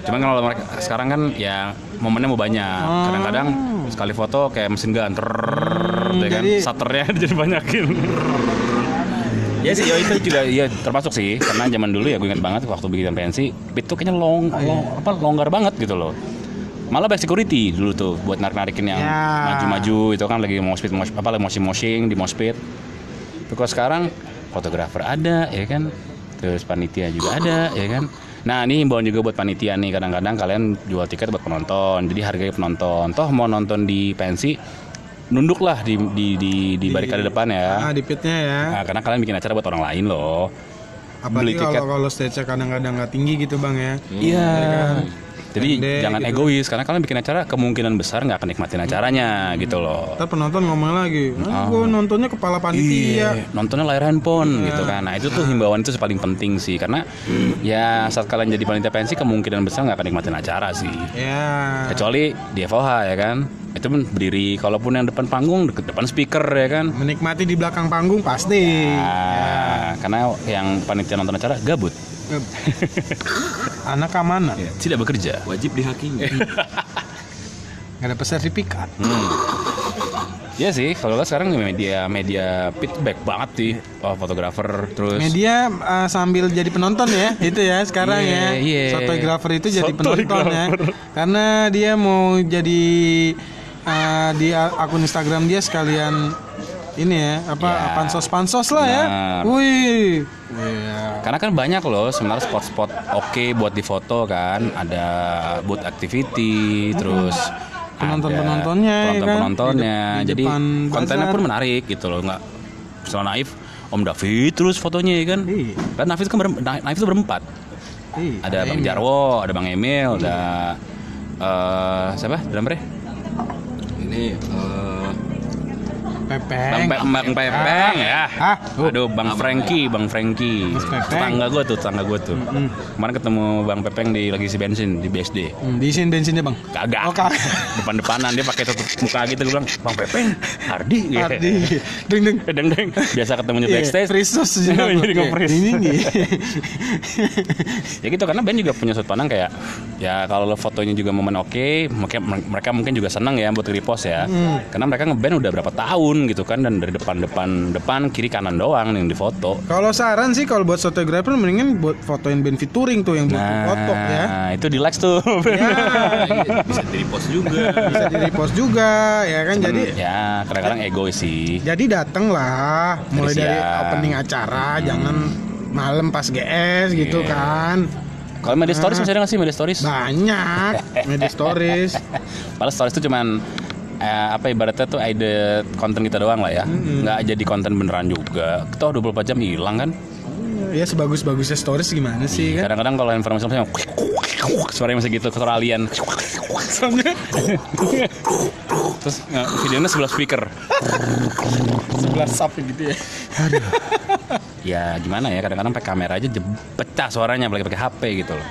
Cuman kalau mereka sekarang kan ya momennya mau banyak. Kadang-kadang sekali foto kayak mesin gun, trrrr, ya kan?
jadi-
Shutternya jadi banyakin. ya sih ya itu juga ya termasuk sih karena zaman dulu ya gue ingat banget waktu bikin pensi pit tuh kayaknya long, long- apa longgar banget gitu loh malah back security dulu tuh buat narik narikin yang
Ya.
maju-maju itu kan lagi moshpit mosh apa lagi moshing moshing di moshpit Tapi kalau sekarang fotografer ada ya kan terus panitia juga ada ya kan nah ini himbauan juga buat panitia nih kadang-kadang kalian jual tiket buat penonton jadi harganya penonton toh mau nonton di pensi nunduklah di di di, di barikade depan ya
Ah, di pitnya ya.
Nah, karena kalian bikin acara buat orang lain loh.
Apalagi
Ah, Beli tiket.
kalau kalau stage kadang-kadang nggak tinggi gitu bang ya.
Iya. Jadi
Pendek
jangan
gitu.
egois karena kalian bikin acara kemungkinan besar nggak akan nikmatin acaranya gitu loh.
Ntar penonton ngomong lagi, ah, gue nontonnya kepala panitia.
Iya. nontonnya layar handphone gitu kan. Nah, itu tuh himbauan itu paling penting sih karena ya saat kalian jadi panitia pensi kemungkinan besar nggak akan nikmatin acara sih.
Ya,
Kecuali di FOH ya kan. Itu pun berdiri kalaupun yang depan panggung deket depan speaker ya kan.
menikmati di belakang panggung pasti.
Ah, karena yang panitia nonton acara gabut,
Anak amanah.
tidak bekerja.
Wajib dihakimi.
Gak ada sertifikat.
Iya sih, kalau nggak sekarang media media feedback banget sih, oh, fotografer terus.
Media eh, sambil jadi penonton ya, itu ya sekarang
Iya,
ya.
iya.
Fotografer itu jadi
Fotografer.
penonton ya, karena dia mau jadi eh, di a- akun Instagram dia sekalian ini ya apa
Ya.
pansos pansos lah ya.
Benar.
Wih,
Karena kan banyak loh sebenarnya spot-spot oke buat difoto kan, ada booth activity, terus
Penonton-penontonnya, ya kan?
penonton penontonnya,
Di dep- di
jadi
depan
kontennya
bazar.
pun menarik gitu loh, nggak misalnya naif. Om David terus fotonya ya kan?
Iya.
Kan Naif itu kan ber- Naif itu berempat.
Ih,
Ada Bang Jarwo, ada Bang Emil, ada eh siapa? Drummer
Ini eh,
Bang
pepeng.
Pe- Bang Pepeng ya.
Ah, oh.
Aduh, Bang Franky, Bang Franky.
Pepeng.
Tetangga gue tuh, tetangga gue tuh. Kemarin ketemu Bang Pepeng di lagi si bensin di BSD.
Hmm, diisiin bensinnya bang.
Kagak.
Oh, kagak.
Depan-depanan dia pakai tutup muka gitu gue bilang, "Bang Pepeng, Hardi."
Ardi, ding ding.
Deng deng. Biasa ketemunya
Iya,
Iya. backstage.
Prisus juga.
Jadi nge-freeze.
Ini nih.
ya gitu karena band juga punya sudut pandang kayak ya kalau lo fotonya juga momen oke mungkin mereka mungkin juga senang ya buat repost ya
Mm.
karena mereka ngeband udah berapa tahun gitu kan dan dari depan depan depan kiri kanan doang yang difoto
Kalau saran sih kalau buat fotografer mendingan buat fotoin band featuring tuh yang buat
Nah.
kotok ya.
itu di likes tuh. Iya.
bisa jadi post juga.
Bisa di repost juga ya kan jadi
ya, kadang-kadang egois sih.
jadi datang lah mulai dari
siang.
opening acara jangan malam pas GS gitu
Hmm. Iya.
kan.
Kalau media stories masih ada nggak sih media stories?
Nah. Banyak media stories.
Padahal stories itu cuman eh, apa ibaratnya tuh ide konten kita doang lah ya. Nggak jadi konten beneran juga. Toh 24 jam hilang kan?
ya sebagus-bagusnya stories gimana sih kan?
Kadang-kadang kalau informasi misalnya suaranya masih gitu kotor alien. Terus eh, videonya sebelah speaker.
Sebelah sub gitu ya.
Ya gimana ya kadang-kadang pakai kamera aja je- pecah suaranya apalagi pakai HP gitu loh.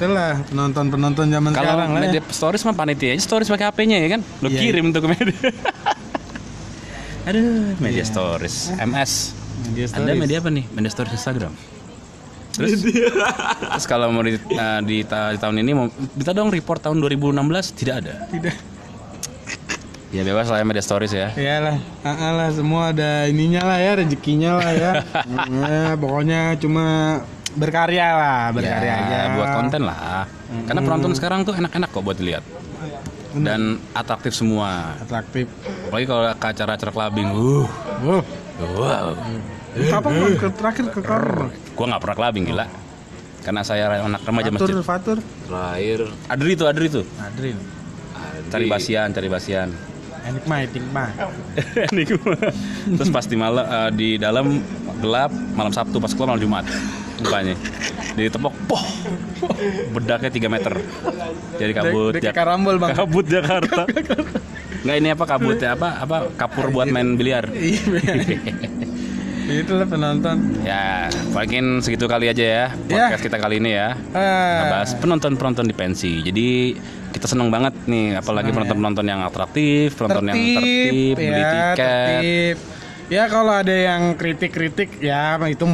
Itulah penonton-penonton zaman
Kalau
sekarang lah. ya.
media stories mah panitia aja stories pakai HP-nya ya kan? Lu
Iya.
kirim tuh ke media. Aduh, media stories. MS.
Media
Anda
stories.
Eh. media apa nih? Media stories Instagram. Terus, terus kalau mau di, eh, di, ta- di tahun ini mau minta dong report tahun 2016 tidak ada.
Tidak.
Ya bebas lah ya media stories ya.
Iyalah, lah, lah semua ada ininya lah ya, rezekinya lah ya. Nah, pokoknya cuma berkarya lah, berkarya aja.
ya, buat konten lah. Karena penonton sekarang tuh enak-enak kok buat dilihat. Dan atraktif semua.
Atraktif.
Apalagi kalau ke acara-acara clubbing. Uh,
Wow.
wow.
Kapan Bang? Ke- terakhir ke kapan? Bang?
Gua nggak pernah clubbing gila. Karena saya anak remaja
Fatur,
masjid.
Fatur.
Terakhir
Adri tuh, Adri tuh.
Adrin.
Cari basian, cari basian.
Enik mah, enik mah.
Ini gua. Terus pas di malam eh, di dalam gelap malam Sabtu pas keluar malam Jumat mukanya. Jadi tepok, poh. Bedaknya 3 meter. Jadi kabut.
Dia- dia
Jak-
karambol, Bang.
Kabut Jakarta. Enggak ini apa kabut ya apa apa kapur buat main biliar.
Iya, Itulah penonton.
ya, mungkin segitu kali aja ya
Ya.
podcast kita kali ini ya. Kita
Ah,
bahas penonton-penonton di pensi. Jadi kita seneng banget nih apalagi penonton-penonton yang atraktif, penonton yang tertib, beli
ya,
tiket,
tertib. Ya kalau ada yang kritik-kritik ya itu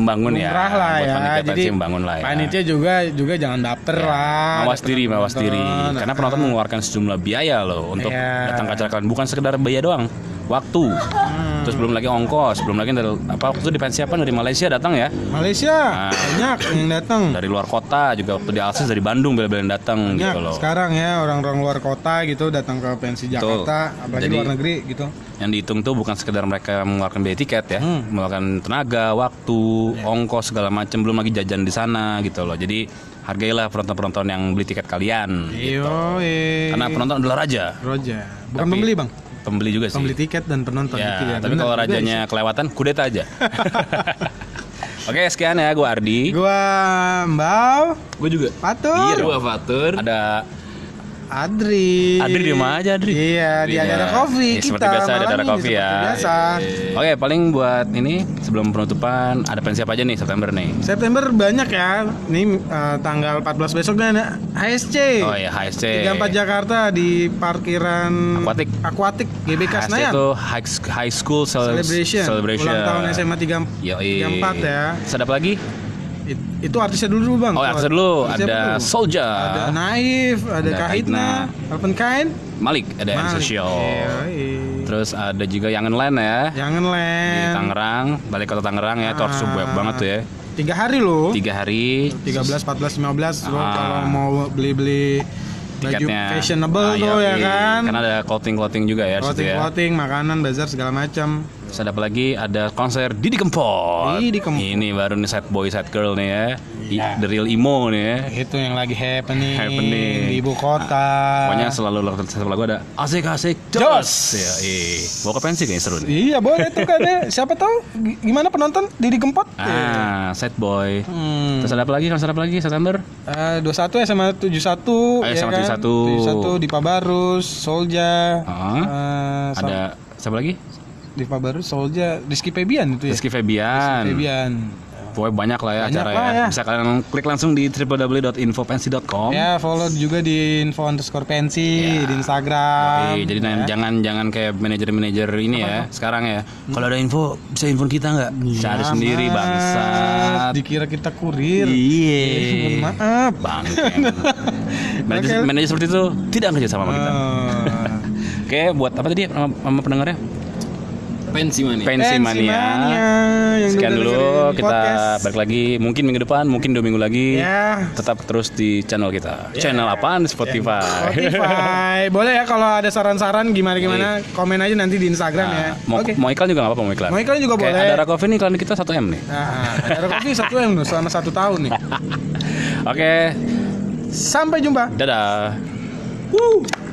membangun ya.
lumrah lah
buat
ya.
panitia
Jadi
pensi membangun lah ya.
Panitia gitu. juga juga jangan baper lah.
Mawas
Ada
diri, mawas
penonton.
diri. Karena penonton mengeluarkan sejumlah biaya loh untuk
Iya. Hmm.
datang ke acara kalian. Bukan sekedar biaya doang, waktu. Terus terus belum lagi ongkos belum lagi dari apa waktu itu di pensi apa dari Malaysia datang ya
Hmm. Malaysia banyak yang datang
dari luar kota juga waktu di Alsis dari Bandung bela-belain datang
banyak
gitu loh
sekarang ya orang-orang luar kota gitu datang ke pensi Jakarta apalagi
Jadi-
luar negeri gitu
yang dihitung tuh bukan sekedar mereka mengeluarkan biaya tiket ya
Hmm.
mengeluarkan tenaga waktu
Ya.
ongkos segala macam belum lagi jajan di sana gitu loh jadi hargailah penonton-penonton yang beli tiket kalian
Iya. iyo
karena penonton adalah raja
Roja bukan
Tapi-
pembeli bang
pembeli juga sih
pembeli tiket dan penonton gitu
ya,
ya.
tapi
Benar
kalau
juga
rajanya kelewatan kudeta aja oke sekian ya gue Ardi Iya
sih. gua Mbau
Gue juga.
Patur
dong.
Gue Fatur.
ada
Adri
Adri di rumah aja Adri
Iya, di
Iya.
ada kopi
Iya,
kita.
seperti biasa, di
malam
Ada
ini,
Coffee ya.
Seperti biasa.
Oke, paling buat ini sebelum penutupan ada pensi apa aja nih September nih?
September banyak ya. Ini eh, tanggal 14 besok dan ada HSC.
Oh ya HSC.
34 Jakarta di parkiran
Akuatik.
Akuatik
HSC
GBK Senayan.
itu High, High School Cel-
Celebration.
Celebration.
Ulang tahun SMA 3
Yoi.
34 ya.
Terus ada apa lagi?
It- itu artisnya dulu dulu Bang.
Oh,
Tuh,
artis dulu
artisnya
ada
apa dulu?
Solja,
Ada Naif, ada
Ada
Kahitna, Alpen Kain,
Malik, ada
Malik. Iya.
Sosial.
Yoi.
Terus ada juga Young and Land ya.
Jangan
Di
lem.
Tangerang, balik kota Tangerang ya, itu harus
Ah.
banyak banget tuh ya.
Tiga hari loh.
Tiga hari.
13, 14, 15 lo
Ah.
kalau mau beli-beli baju
tiketnya
fashionable
Ah,
tuh
yoi.
ya kan.
Karena ada clothing-clothing juga ya di situ ya.
Clothing-clothing, makanan, bazar segala macam.
Terus ada apa lagi? Ada konser Didi Kempot.
Didi Kempot. Iya.
Ini baru nih sad boy, sad girl nih ya. I- The real emo nih ya.
Eh, Itu yang lagi happening,
Happening. Ah,
di ibu kota.
Pokoknya selalu lakukan satu lagu ada asik asik jos. Ya, eh. Bawa ke pensi kayaknya seru nih.
Iya boleh tuh kan ya. Siapa tahu gi- gimana penonton Didi Kempot?
Ah, sad boy.
Iya. Hmm.
Terus ada apa lagi? Konser apa lagi September?
Eh, 21 SMA
Oh,
71 ya
SMA
kan?
71.
71 di Pabarus, Solja.
Heeh.
Eh,
Ah.
sa-
ada siapa lagi?
di Pabarus, Solja, Rizky Febian itu ya.
Rizky Febian.
Febian.
Pokoknya banyak lah ya
Banyak
acara
lah
ya.
ya.
Bisa kalian klik langsung di www.infopensi.com.
Ya follow juga di info underscore pensi di Instagram. ya.
Oke, Ya. jadi jangan- jangan jangan kayak manajer-manajer ini ya sekarang ya.
Hmm.
Kalau ada info bisa info kita nggak?
Iya,
Cari sendiri Iya. bangsa.
Mas, Dikira kita kurir. Mohon
Iya.
Maaf.
Bang. manajer,
Oke.
manajer seperti itu tidak kerja sama sama kita.
Eh,
Oke, buat apa tadi sama, sama pendengarnya?
Pensi mana?
Pensi mania.
Pensimania yang
Sekian
udah
dulu
dengerin
kita
podcast.
balik lagi mungkin minggu depan, mungkin dua minggu lagi.
Ya.
Tetap terus di channel kita. Channel apaan? Spotify.
Ya, Spotify. kan Boleh ya kalau ada saran-saran gimana-gimana komen aja nanti di Instagram ya.
Iya. Ah, mau,
Oke.
mau iklan juga nggak apa-apa mau iklan.
Mau iklan juga
Kayak
boleh.
Ada Rakov ini iklan kita 1 m nih.
Nah, ada kopi satu yang udah selama satu tahun nih.
Oke,
Sampai jumpa.
dadah.
Woo.